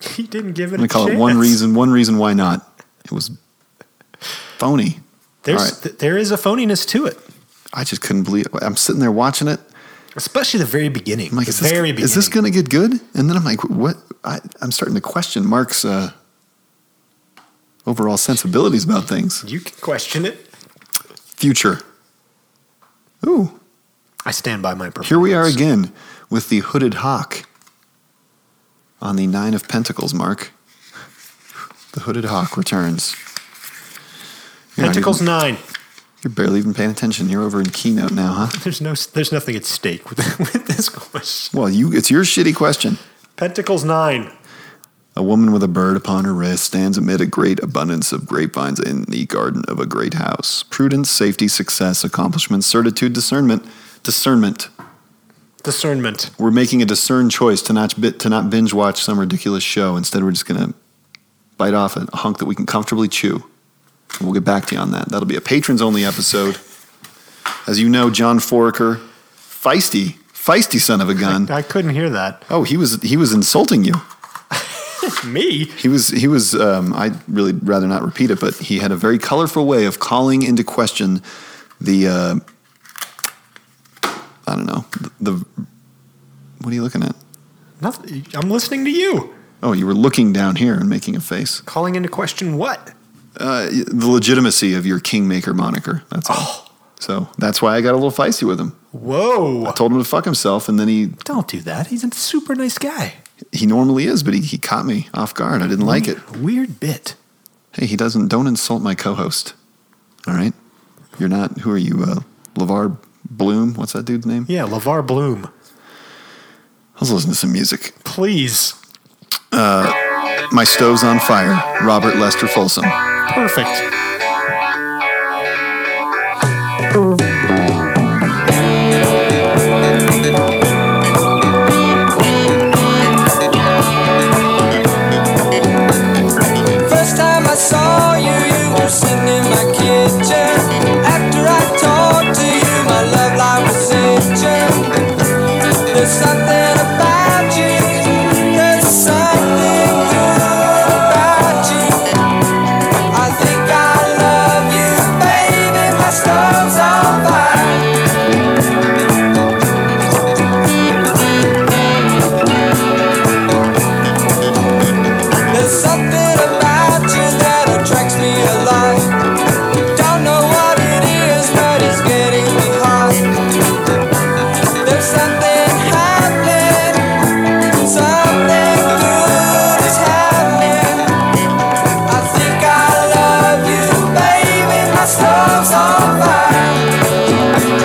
He didn't give it. I'm gonna a call chance. it one reason, one reason why not. It was phony. There's All right. th- there is a phoniness to it, I just couldn't believe. I'm sitting there watching it. especially the very beginning. I'm like, the is this, very beginning. is this gonna get good? And then I'm like, what? I, I'm starting to question Mark's uh, overall sensibilities about things. You can question it. Future. Ooh, I stand by my performance. Here we are again with the hooded hawk on the nine of pentacles, Mark. The hooded hawk returns. You're not Pentacles even- nine. you're barely even paying attention. You're over in keynote now, huh? There's no. There's nothing at stake with, with this question. Well, you it's your shitty question. Pentacles nine. A woman with a bird upon her wrist stands amid a great abundance of grapevines in the garden of a great house. Prudence, safety, success, accomplishment, certitude, discernment. Discernment. Discernment. we're making a discerned choice to not bi- to not binge watch some ridiculous show. Instead, we're just gonna bite off a hunk that we can comfortably chew. And we'll get back to you on that. That'll be a patrons only episode. As you know, John Foraker, feisty, feisty son of a gun. I couldn't hear that. Oh, he was he was insulting you. Me. He was he was. Um, I'd really rather not repeat it, but he had a very colorful way of calling into question the. Uh, I don't know the. the what are you looking at? Nothing. I'm listening to you. Oh, you were looking down here and making a face. Calling into question what? Uh, the legitimacy of your kingmaker moniker. That's all. Oh. So that's why I got a little feisty with him. Whoa! I told him to fuck himself, and then he Don't do that. He's a super nice guy. he normally is, but he, he caught me off guard. I didn't like it. Weird bit. Hey, he doesn't. Don't insult my co-host. All right, you're not. Who are you, uh, Levar Bloom? What's that dude's name? Yeah, LeVar Bloom. I was listening to some music. Please. My Stove's on Fire, Robert Lester Folsom. Perfect. First time I saw you, you were sitting in my kitchen. After I talked to you, my love life was itching. There's something about you. There's something good about you. I think I love you, baby. My stove's on fire. There's something about you that attracts me a lot. Don't know what it is, but it's getting me hot. There's something happening, something good is happening. I think I love you, baby. My stove's on fire.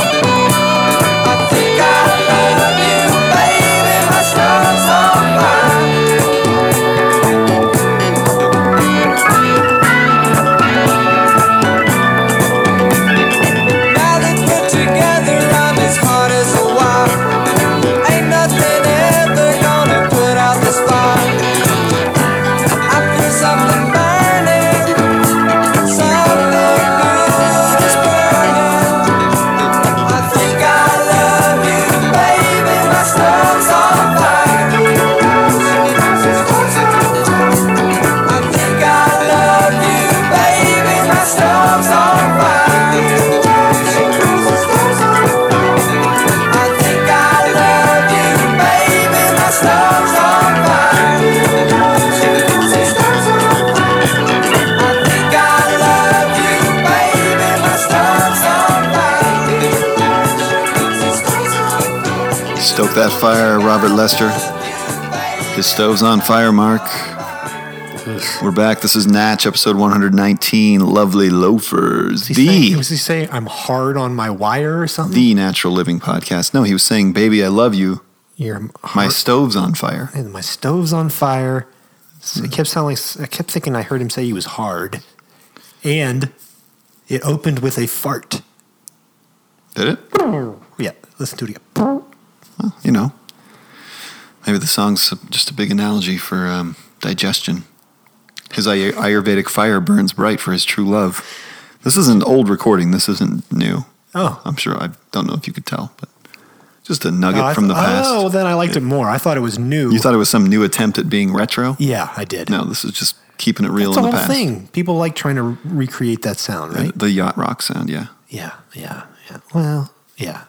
I think I love you, baby. My stove's on fire. Now that we're together, I'm as hard as a wire. Ain't nothing ever gonna put out this fire. I feel something burning, something good is burning. I think I love you, baby. My stove's on fire. I think I love you, baby. My stove's on fire. I think I love you, baby. My stove's on fire. I think I love you, baby. My stove's on fire. Stoke that fire, Robert Lester. His stove's on fire, Mark. We're back. This is Natch, episode 119. Lovely loafers. He saying- The was he saying I'm hard on my wire or something? the natural living podcast. No, he was saying, "Baby, I love you. Your My hard, stove's on fire." my, my stove's on fire. So It kept sounding. I kept thinking I heard him say he was hard, and it opened with a fart. Did it? Yeah, listen to it again. Well, you know, maybe the song's just a big analogy for um, digestion. His Ay- Ayurvedic fire burns bright for his true love. This is an old recording. This isn't new. Oh, I'm sure. I don't know if you could tell, but just a nugget Oh, I from the th- past. Oh, then I liked it more. I thought it was new. You thought it was some new attempt at being retro? yeah, I did. No, this is just keeping it real That's in the the whole past. thing. People like trying to re- recreate that sound, The- right? The yacht rock sound, yeah. Yeah, yeah, yeah. Well, yeah.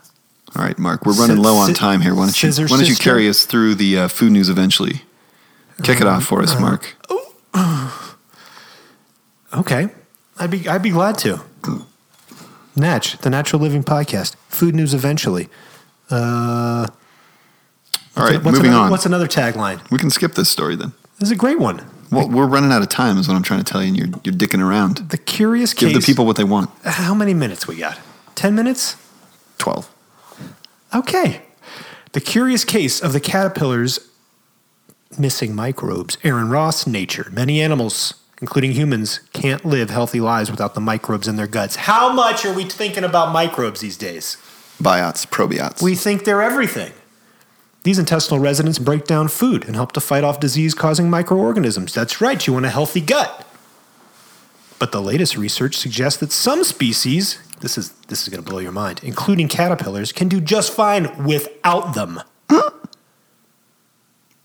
All right, Mark, we're running Sci- low on sci- time here. Why don't you Scissor why don't you sister? carry us through the uh, food news eventually? Kick it Uh-huh. off for us, Oh, Mark. Okay. I'd be I'd be glad to. Natch, the Natural Living Podcast. Food news eventually. Uh, All right, what's moving another, on. What's another tagline? we can skip this story then. This is a great one. Well, we're running out of time, is what I'm trying to tell you. And you're you're dicking around. The curious Give case. the people what they want. How many minutes we got? Ten minutes. Twelve. Okay. The curious case of the caterpillar's missing microbes. Aaron Ross, Nature. Many animals, including humans, can't live healthy lives without the microbes in their guts. How much are we thinking about microbes these days? Biots, probiots. We think they're everything. These intestinal residents break down food and help to fight off disease causing microorganisms. That's right, you want a healthy gut. But the latest research suggests that some species, this is, this is going to blow your mind, including caterpillars, can do just fine without them. well,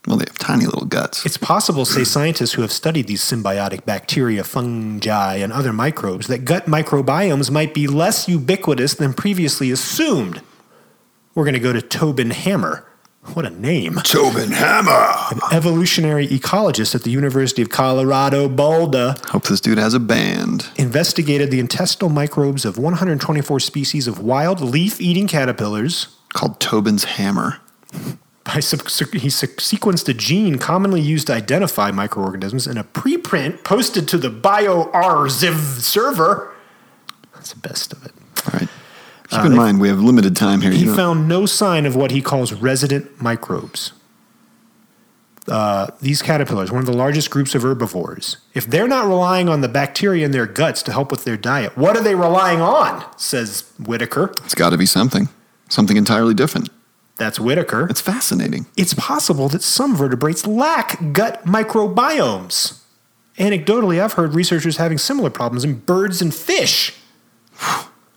they have tiny little guts. It's possible, say scientists who have studied these symbiotic bacteria, fungi, and other microbes, that gut microbiomes might be less ubiquitous than previously assumed. We're going to go to Tobin Hammer, What a name. Tobin Hammer. An evolutionary ecologist at the University of Colorado Boulder Hope this dude has a band. investigated the intestinal microbes of 124 species of wild leaf eating caterpillars. Called Tobin's Hammer. By sub- se- he se- sequenced a gene commonly used to identify microorganisms in a preprint posted to the BioRxiv server. That's the best of it. All right. Keep in mind, we have limited time here. Uh, He You don't- found no sign of what he calls resident microbes. Uh, these caterpillars, one of the largest groups of herbivores, if they're not relying on the bacteria in their guts to help with their diet, what are they relying on? Says Whitaker. it's got to be something. Something entirely different. That's Whitaker. It's fascinating. It's possible that some vertebrates lack gut microbiomes. Anecdotally, I've heard researchers having similar problems in birds and fish.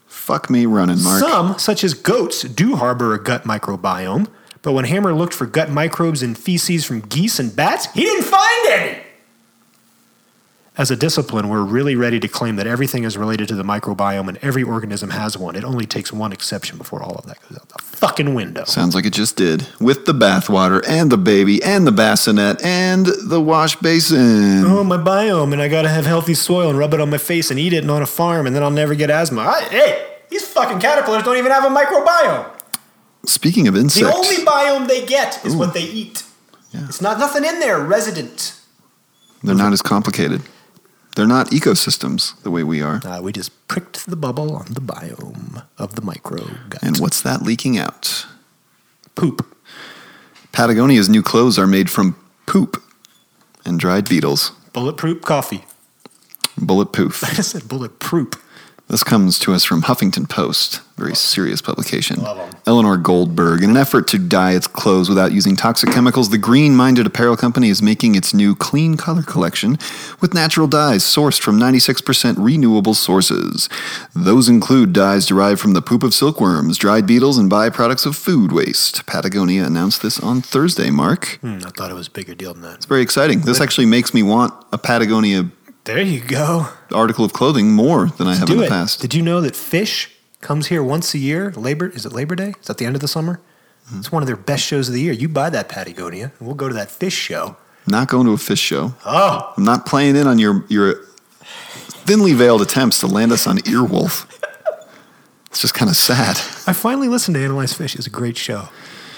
Fuck me running, Mark. Some, such as goats, do harbor a gut microbiome, but when Hammer looked for gut microbes in feces from geese and bats, he didn't find any! As a discipline, we're really ready to claim that everything is related to the microbiome and every organism has one. It only takes one exception before all of that goes out the fucking window. Sounds like it just did. With the bathwater and the baby and the bassinet and the wash basin. Oh, my biome, and I gotta have healthy soil and rub it on my face and eat it and on a farm, and then I'll never get asthma. I, hey, These fucking caterpillars don't even have a microbiome. Speaking of The insects, only biome they get is what they eat. Yeah. It's not nothing in there resident. they're not as complicated. They're not ecosystems the way we are. uh, we just pricked the bubble on the biome of the micro gut. And what's that leaking out? poop? Patagonia's new clothes are made from poop and dried beetles. Bulletproof coffee. Bullet poof. I said bulletproof. This comes to us from Huffington Post, very serious publication. Love 'em. Eleanor Goldberg, in an effort to dye its clothes without using toxic chemicals, the green-minded apparel company is making its new clean color collection with natural dyes sourced from 96% renewable sources. Those include dyes derived from the poop of silkworms, dried beetles, and byproducts of food waste. Patagonia announced this on Thursday, Mark. Hmm, I thought it was a bigger deal than that. It's very exciting. This actually makes me want a Patagonia There you go. article of clothing more than I have in Do the it. past. Did you know that fish comes here once a year? Labor is it Labor Day? Is that the end of the summer? It's one of their best shows of the year. You buy that Patagonia, and we'll go to that fish show. Not going to a fish show. Oh, I'm not playing in on your your thinly veiled attempts to land us on Earwolf. It's just kind of sad. I finally listened to Analyze Fish. It's a great show.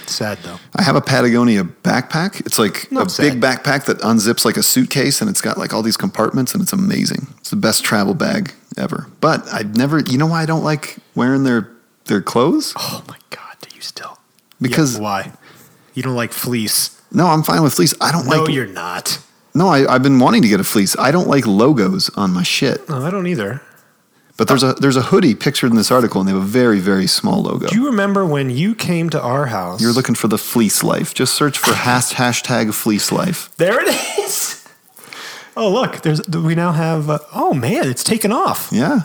Sad though. I have a Patagonia backpack. It's like Not a sad. big backpack that unzips like a suitcase and it's got like all these compartments and it's amazing. It's the best travel bag ever. But I've never you know why I don't like wearing their their clothes? Oh my God, do you still? Because Yeah, why? You don't like fleece? no, I'm fine with fleece. I don't No, like you're not. No, I, I've been wanting to get a fleece. I don't like logos on my shit. No, I don't either. But there's a there's a hoodie pictured in this article and they have a very, very small logo. Do you remember when you came to our house? You're looking for the fleece life. Just search for has- hashtag fleece life. There it is. Oh look, there's we now have. Uh, oh man, it's taken off. Yeah.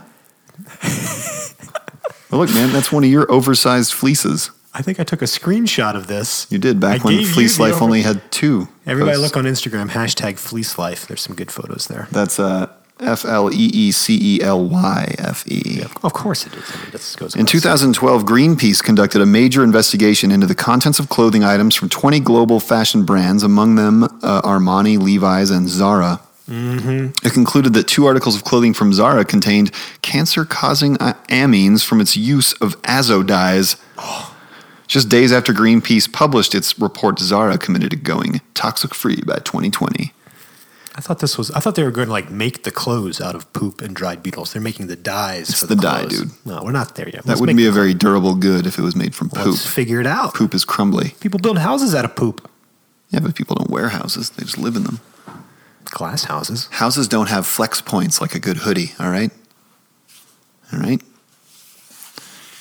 well, look, man, that's one of your oversized fleeces. I think I took a screenshot of this. You did back I when gave you fleece the life over- only had two. Everybody, posts. look on Instagram hashtag Fleece Life. There's some good photos there. That's uh, F L E E C E L Y F E. Of course it is. I mean, this goes In without saying. 2012, Greenpeace conducted a major investigation into the contents of clothing items from 20 global fashion brands, among them uh, Armani, Levi's, and Zara. Mm-hmm. It concluded that two articles of clothing from Zara contained cancer causing amines from its use of azo dyes. Just days after Greenpeace published its report, Zara committed to going toxic free by 2020. I thought this was. I thought they were going to like make the clothes out of poop and dried beetles. They're making the dyes for the, the dye, clothes. dude. No, we're not there yet. That wouldn't be a very durable good if it was made from poop. Let's figure it out. Poop is crumbly. People build houses out of poop. Yeah, but people don't wear houses, they just live in them. Glass houses. Houses don't have flex points like a good hoodie, all right? All right?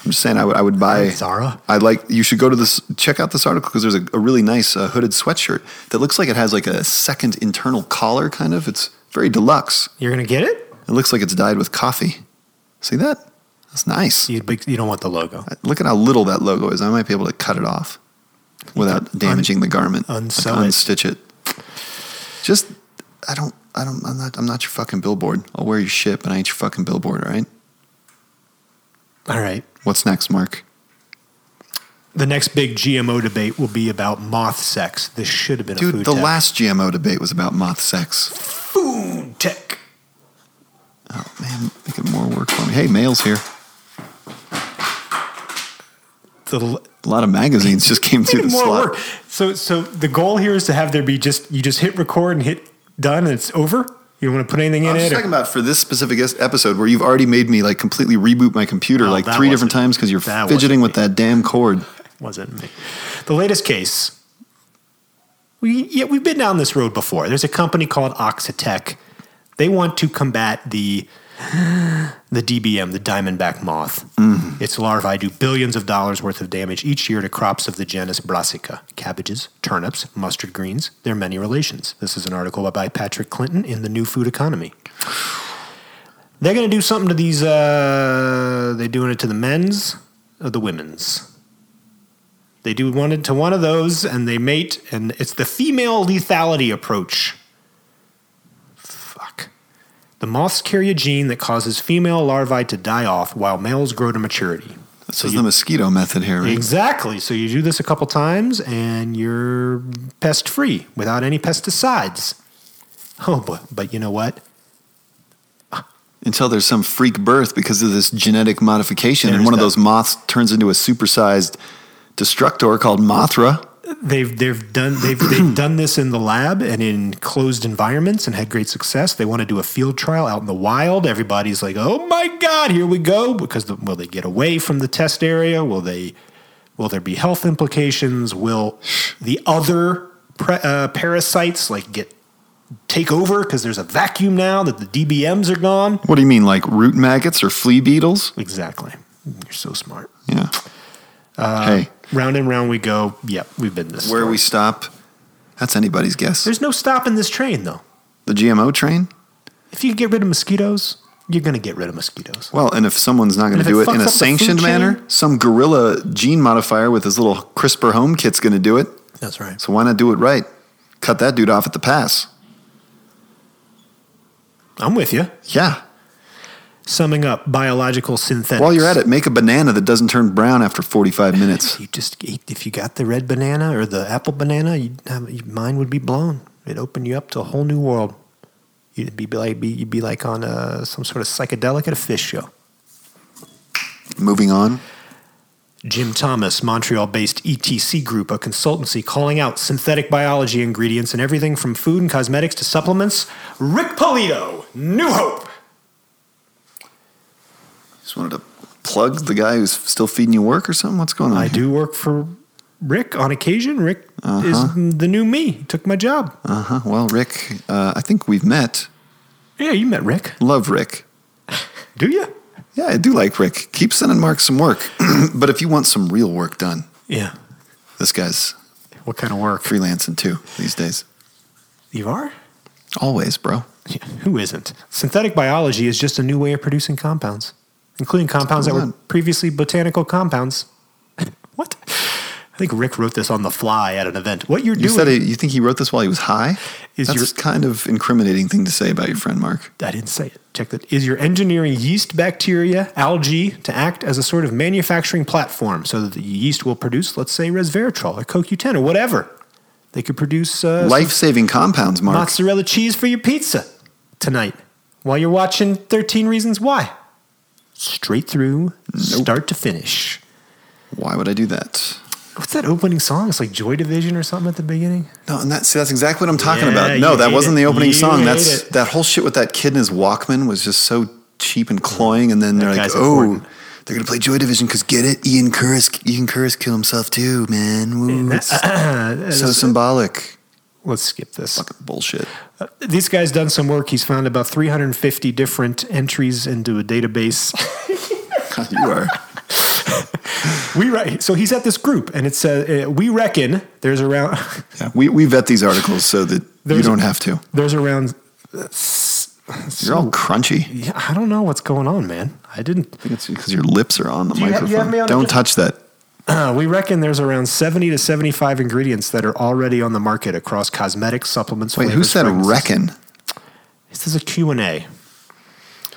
I'm just saying, I would, I would buy. Zara. I'd like, you should go to this, check out this article because there's a, a really nice uh, hooded sweatshirt that looks like it has like a second internal collar, kind of. It's very deluxe. You're gonna get it. It looks like it's dyed with coffee. See that? That's nice. You big, you don't want the logo. Look at how little that logo is. I might be able to cut it off without damaging the garment. Like, unsew it. unstitch it. Just I don't I don't I'm not I'm not your fucking billboard. I'll wear your shit, but I ain't your fucking billboard, all right? All right. What's next, Mark? the next big GMO debate will be about moth sex. This should have been a Dude, food the tech. last GMO debate was about moth sex. Food tech. Oh, man, make it more work for me. Hey, mail's here. the l- A lot of magazines just came through the Even more slot. work. So, so the goal here is to have there be just you just hit record and hit done, and it's over. You don't want to put anything I'm in just it. or- talking about for this specific es- episode where you've already made me like completely reboot my computer Oh, like that three different times wasn't- because you're that fidgeting wasn't with that damn cord. wasn't me. The latest case. We yeah, we've been down this road before. There's a company called Oxitec. They want to combat the the DBM, the diamondback moth. Its larvae do billions of dollars worth of damage each year to crops of the genus Brassica, cabbages, turnips, mustard greens, their many relations. This is an article by Patrick Clinton in the New Food Economy. They're going to do something to these. Uh, they're doing it to the men's or the women's. They do one to one of those, and they mate, and it's the female lethality approach. Fuck. The moths carry a gene that causes female larvae to die off while males grow to maturity. This is the mosquito method here, right? Exactly. So you do this a couple times, and you're pest free without any pesticides. Oh, but but you know what? Until there's some freak birth because of this genetic modification, and There's one of that. those moths turns into a supersized destructor called Mothra. they've they've done they've they've done this in the lab and in closed environments and had great success. They want to do a field trial out in the wild. Everybody's like, "Oh my god, here we go!" Because the, will they get away from the test area? Will they? Will there be health implications? Will the other pre, uh, parasites like get take over because there's a vacuum now that the DBMs are gone? What do you mean, like root maggots or flea beetles? Exactly. You're so smart. Yeah. Uh, hey, Round and round we go. Yep, we've been this. where far. we stop, that's anybody's guess. There's no stopping this train though. the GMO train? if you get rid of mosquitoes, you're going to get rid of mosquitoes. Well, and if someone's not going if to it do it fucks in up a the food sanctioned chain- manner, some gorilla gene modifier with his little CRISPR home kit's going to do it. That's right. So why not do it right? Cut that dude off at the pass. I'm with you. Yeah. Summing up biological synthetics. While you're at it, make a banana that doesn't turn brown after 45 minutes. you just ate, if you got the red banana or the apple banana, you'd have, your mind would be blown. It'd open you up to a whole new world. You'd be like, be, you'd be like on a, some sort of psychedelic at a fish show. Moving on. Jim Thomas, Montreal based ETC Group, a consultancy calling out synthetic biology ingredients in everything from food and cosmetics to supplements. Rick Polito, New Hope. Just wanted to plug the guy who's still feeding you work or something. What's going on? I here? do work for Rick on occasion. Rick is the new me. He took my job. Uh-huh. Well, Rick, uh, I think we've met. Yeah, you met Rick. Love Rick. Do you? Yeah, I do like Rick. Keep sending Mark some work. but if you want some real work done, Yeah. this guy's What kind of work? freelancing too these days. You are? Always, bro. Yeah. Who isn't? Synthetic biology is just a new way of producing compounds, including compounds that going were on? previously botanical compounds. what? I think Rick wrote this on the fly at an event. What you're You doing? said he, you think he wrote this while he was high? Is That's your- a kind of incriminating thing to say about your friend Mark. I didn't say it. Check that. Is your engineering yeast, bacteria, algae to act as a sort of manufacturing platform so that the yeast will produce, let's say, resveratrol or CoQ10 or whatever? They could produce uh, some Life-saving compounds, Mark. mozzarella cheese for your pizza tonight while you're watching 13 Reasons Why. Straight through, start to finish. Why would I do that? What's that opening song? It's like Joy Division or something at the beginning. No, and that, see, that's exactly what I'm talking Yeah, about. you No, that hate wasn't it. the opening You song. hate That's it. that whole shit with that kid and his Walkman was just so cheap and cloying. And then they're like, guy's oh, important. they're gonna play Joy Division because get it, Ian Curtis. Ian Curtis killed himself too, man. Woo, it's so symbolic. Let's skip this. Fucking bullshit. This guy's done some work. He's found about 350 different entries into a database. you are. We re- so he's at this group, and it says uh, we reckon there's around Yeah, we we vet these articles so that you There's- don't have to. there's around. You're all crunchy. Yeah, I don't know what's going on, man. I didn't. I think it's because your lips are on the you ha- microphone. you have me on a Don't different- touch that. Uh, we reckon there's around 70 to 75 ingredients that are already on the market across cosmetics, supplements. Wait, who flavors, said fragrances. reckon? This is a Q and A.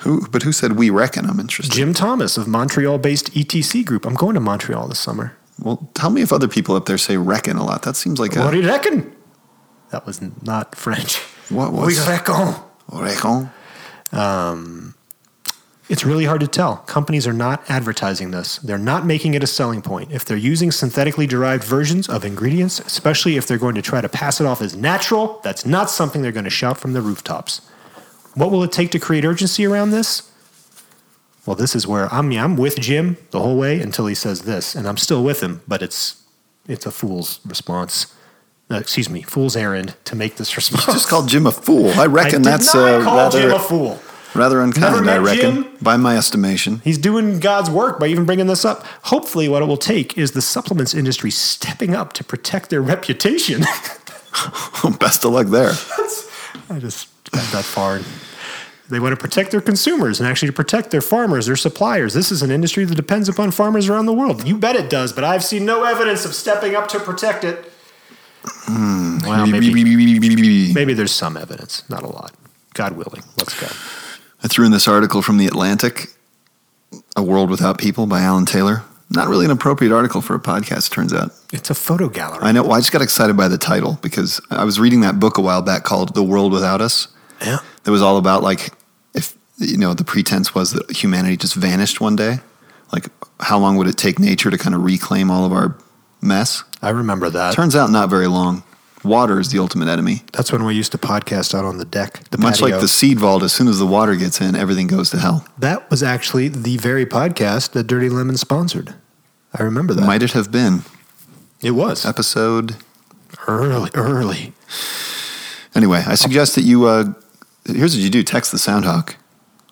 Who? But who said we reckon? I'm interested. E Jim Thomas of Montreal-based ETC Group. I'm going to Montreal this summer. Well, tell me if other people up there say reckon a lot. That seems like What do a. you reckon? That was not French. What We was. reckon. Reckon? It's really hard to tell. Companies are not advertising this. They're not making it a selling point. If they're using synthetically derived versions of ingredients, especially if they're going to try to pass it off as natural, that's not something they're going to shout from the rooftops. What will it take to create urgency around this? Well, this is where I'm I'm with Jim the whole way until he says this, and I'm still with him, but it's it's a fool's response. Uh, excuse me, fool's errand to make this response. Just called Jim a fool. I I reckon did that's not uh, call rather Jim a fool. rather unkind. Never I met reckon, Jim. by my estimation. He's doing God's work by even bringing this up. Hopefully, what it will take is the supplements industry stepping up to protect their reputation. Best of luck there. I just got that far. They want to protect their consumers and actually to protect their farmers, their suppliers. This is an industry that depends upon farmers around the world. You bet it does, but I've seen no evidence of stepping up to protect it. Hmm. Well, maybe, maybe there's some evidence, not a lot. God willing. Let's go. I threw in this article from The Atlantic, A World Without People by Alan Taylor. Not really an appropriate article for a podcast, turns out. It's a photo gallery. I know. Well, I just got excited by the title because I was reading that book a while back called The World Without Us. Yeah. That was all about like, if, you know, the pretense was that humanity just vanished one day. Like, how long would it take nature to kind of reclaim all of our mess? I remember that. Turns out not very long. Water is the ultimate enemy. That's when we used to podcast out on the deck. The Much like patio. the seed vault, as soon as the water gets in, everything goes to hell. That was actually the very podcast that Dirty Lemon sponsored. I remember that. Might it have been it was episode early, early. Anyway, I suggest that you. Uh, here's what you do: text the Soundhawk.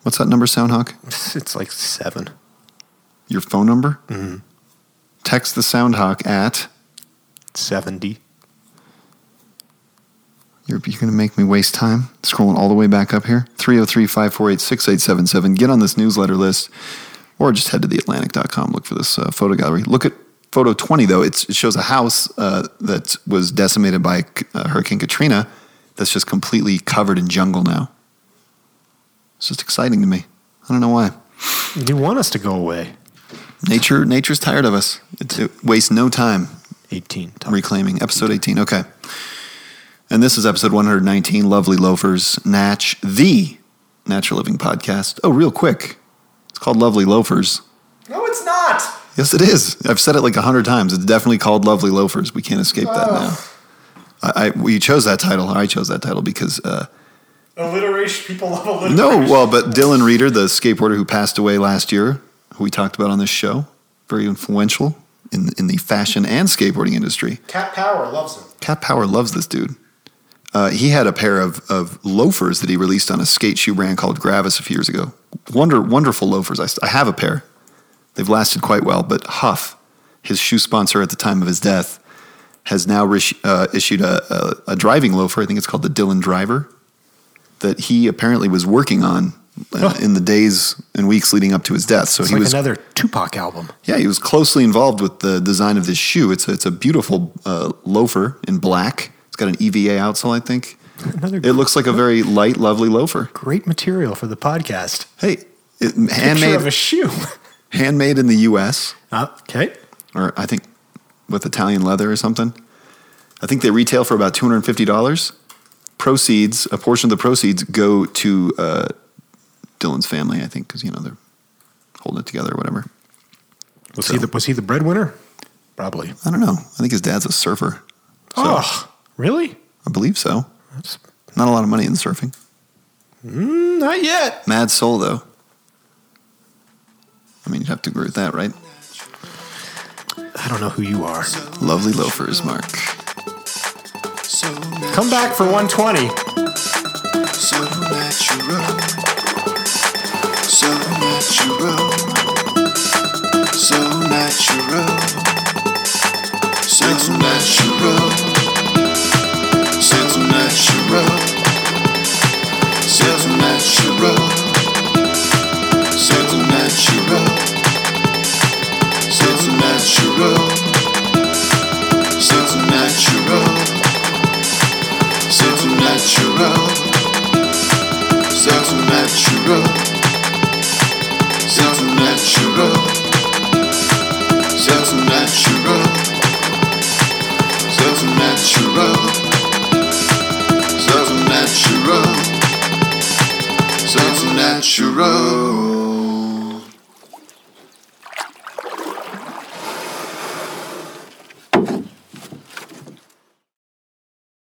What's that number, Soundhawk? It's like seven. Your phone number. Mm-hmm. Text the Soundhawk at. 70. You're, you're going to make me waste time scrolling all the way back up here. 303 548 6877. Get on this newsletter list or just head to theatlantic.com. Look for this uh, photo gallery. Look at photo 20, though. It's, it shows a house uh, that was decimated by uh, Hurricane Katrina that's just completely covered in jungle now. It's just exciting to me. I don't know why. You want us to go away? Nature, nature's tired of us. It, it wastes no time 18. reclaiming. Episode 18. Okay. And this is episode 119, Lovely Loafers, Natch, the Natural Living Podcast. Oh, real quick. It's called Lovely Loafers. No, it's not. Yes, it is. I've said it like a hundred times. It's definitely called Lovely Loafers. We can't escape that now. I, I we chose that title. I chose that title because uh, Alliteration. People love alliteration. No, well, but Dylan Reeder, the skateboarder who passed away last year, who we talked about on this show, very influential in in the fashion and skateboarding industry. Cat Power loves him. Cat Power loves this dude. Uh, he had a pair of, of loafers that he released on a skate shoe brand called Gravis a few years ago. Wonder, wonderful loafers. I, I have a pair. They've lasted quite well, but Huff, his shoe sponsor at the time of his death, has now rish- uh, issued a, a, a driving loafer. I think it's called the Dylan Driver that he apparently was working on uh, in the days and weeks leading up to his death. So Oh. It's he like was another Tupac album. yeah, he was closely involved with the design of this shoe. It's a, it's a beautiful uh, loafer in black. It's got an EVA outsole, I think. Another It looks like a very light, lovely loafer. great material for the podcast. Hey, it, Picture of a handmade, shoe. handmade in the U.S. Uh, okay. or I think with Italian leather or something. I think they retail for about two hundred and fifty dollars. Proceeds, a portion of the proceeds go to uh, Dylan's family, I think, because you know they're holding it together or whatever. Was, he the, was he the breadwinner? Probably. I don't know. I think his dad's a surfer. So, oh, really? I believe so. Not a lot of money in surfing. Not yet. Mad soul though. I mean, you'd have to agree with that, right? I don't know who you are. Lovely loafers, Mark. So Come back for 120. So natural. So natural. So natural. So natural. So natural. So natural. So natural. So natural. So natural. So natural. Sounds natural. Sounds natural. Sounds natural. natural.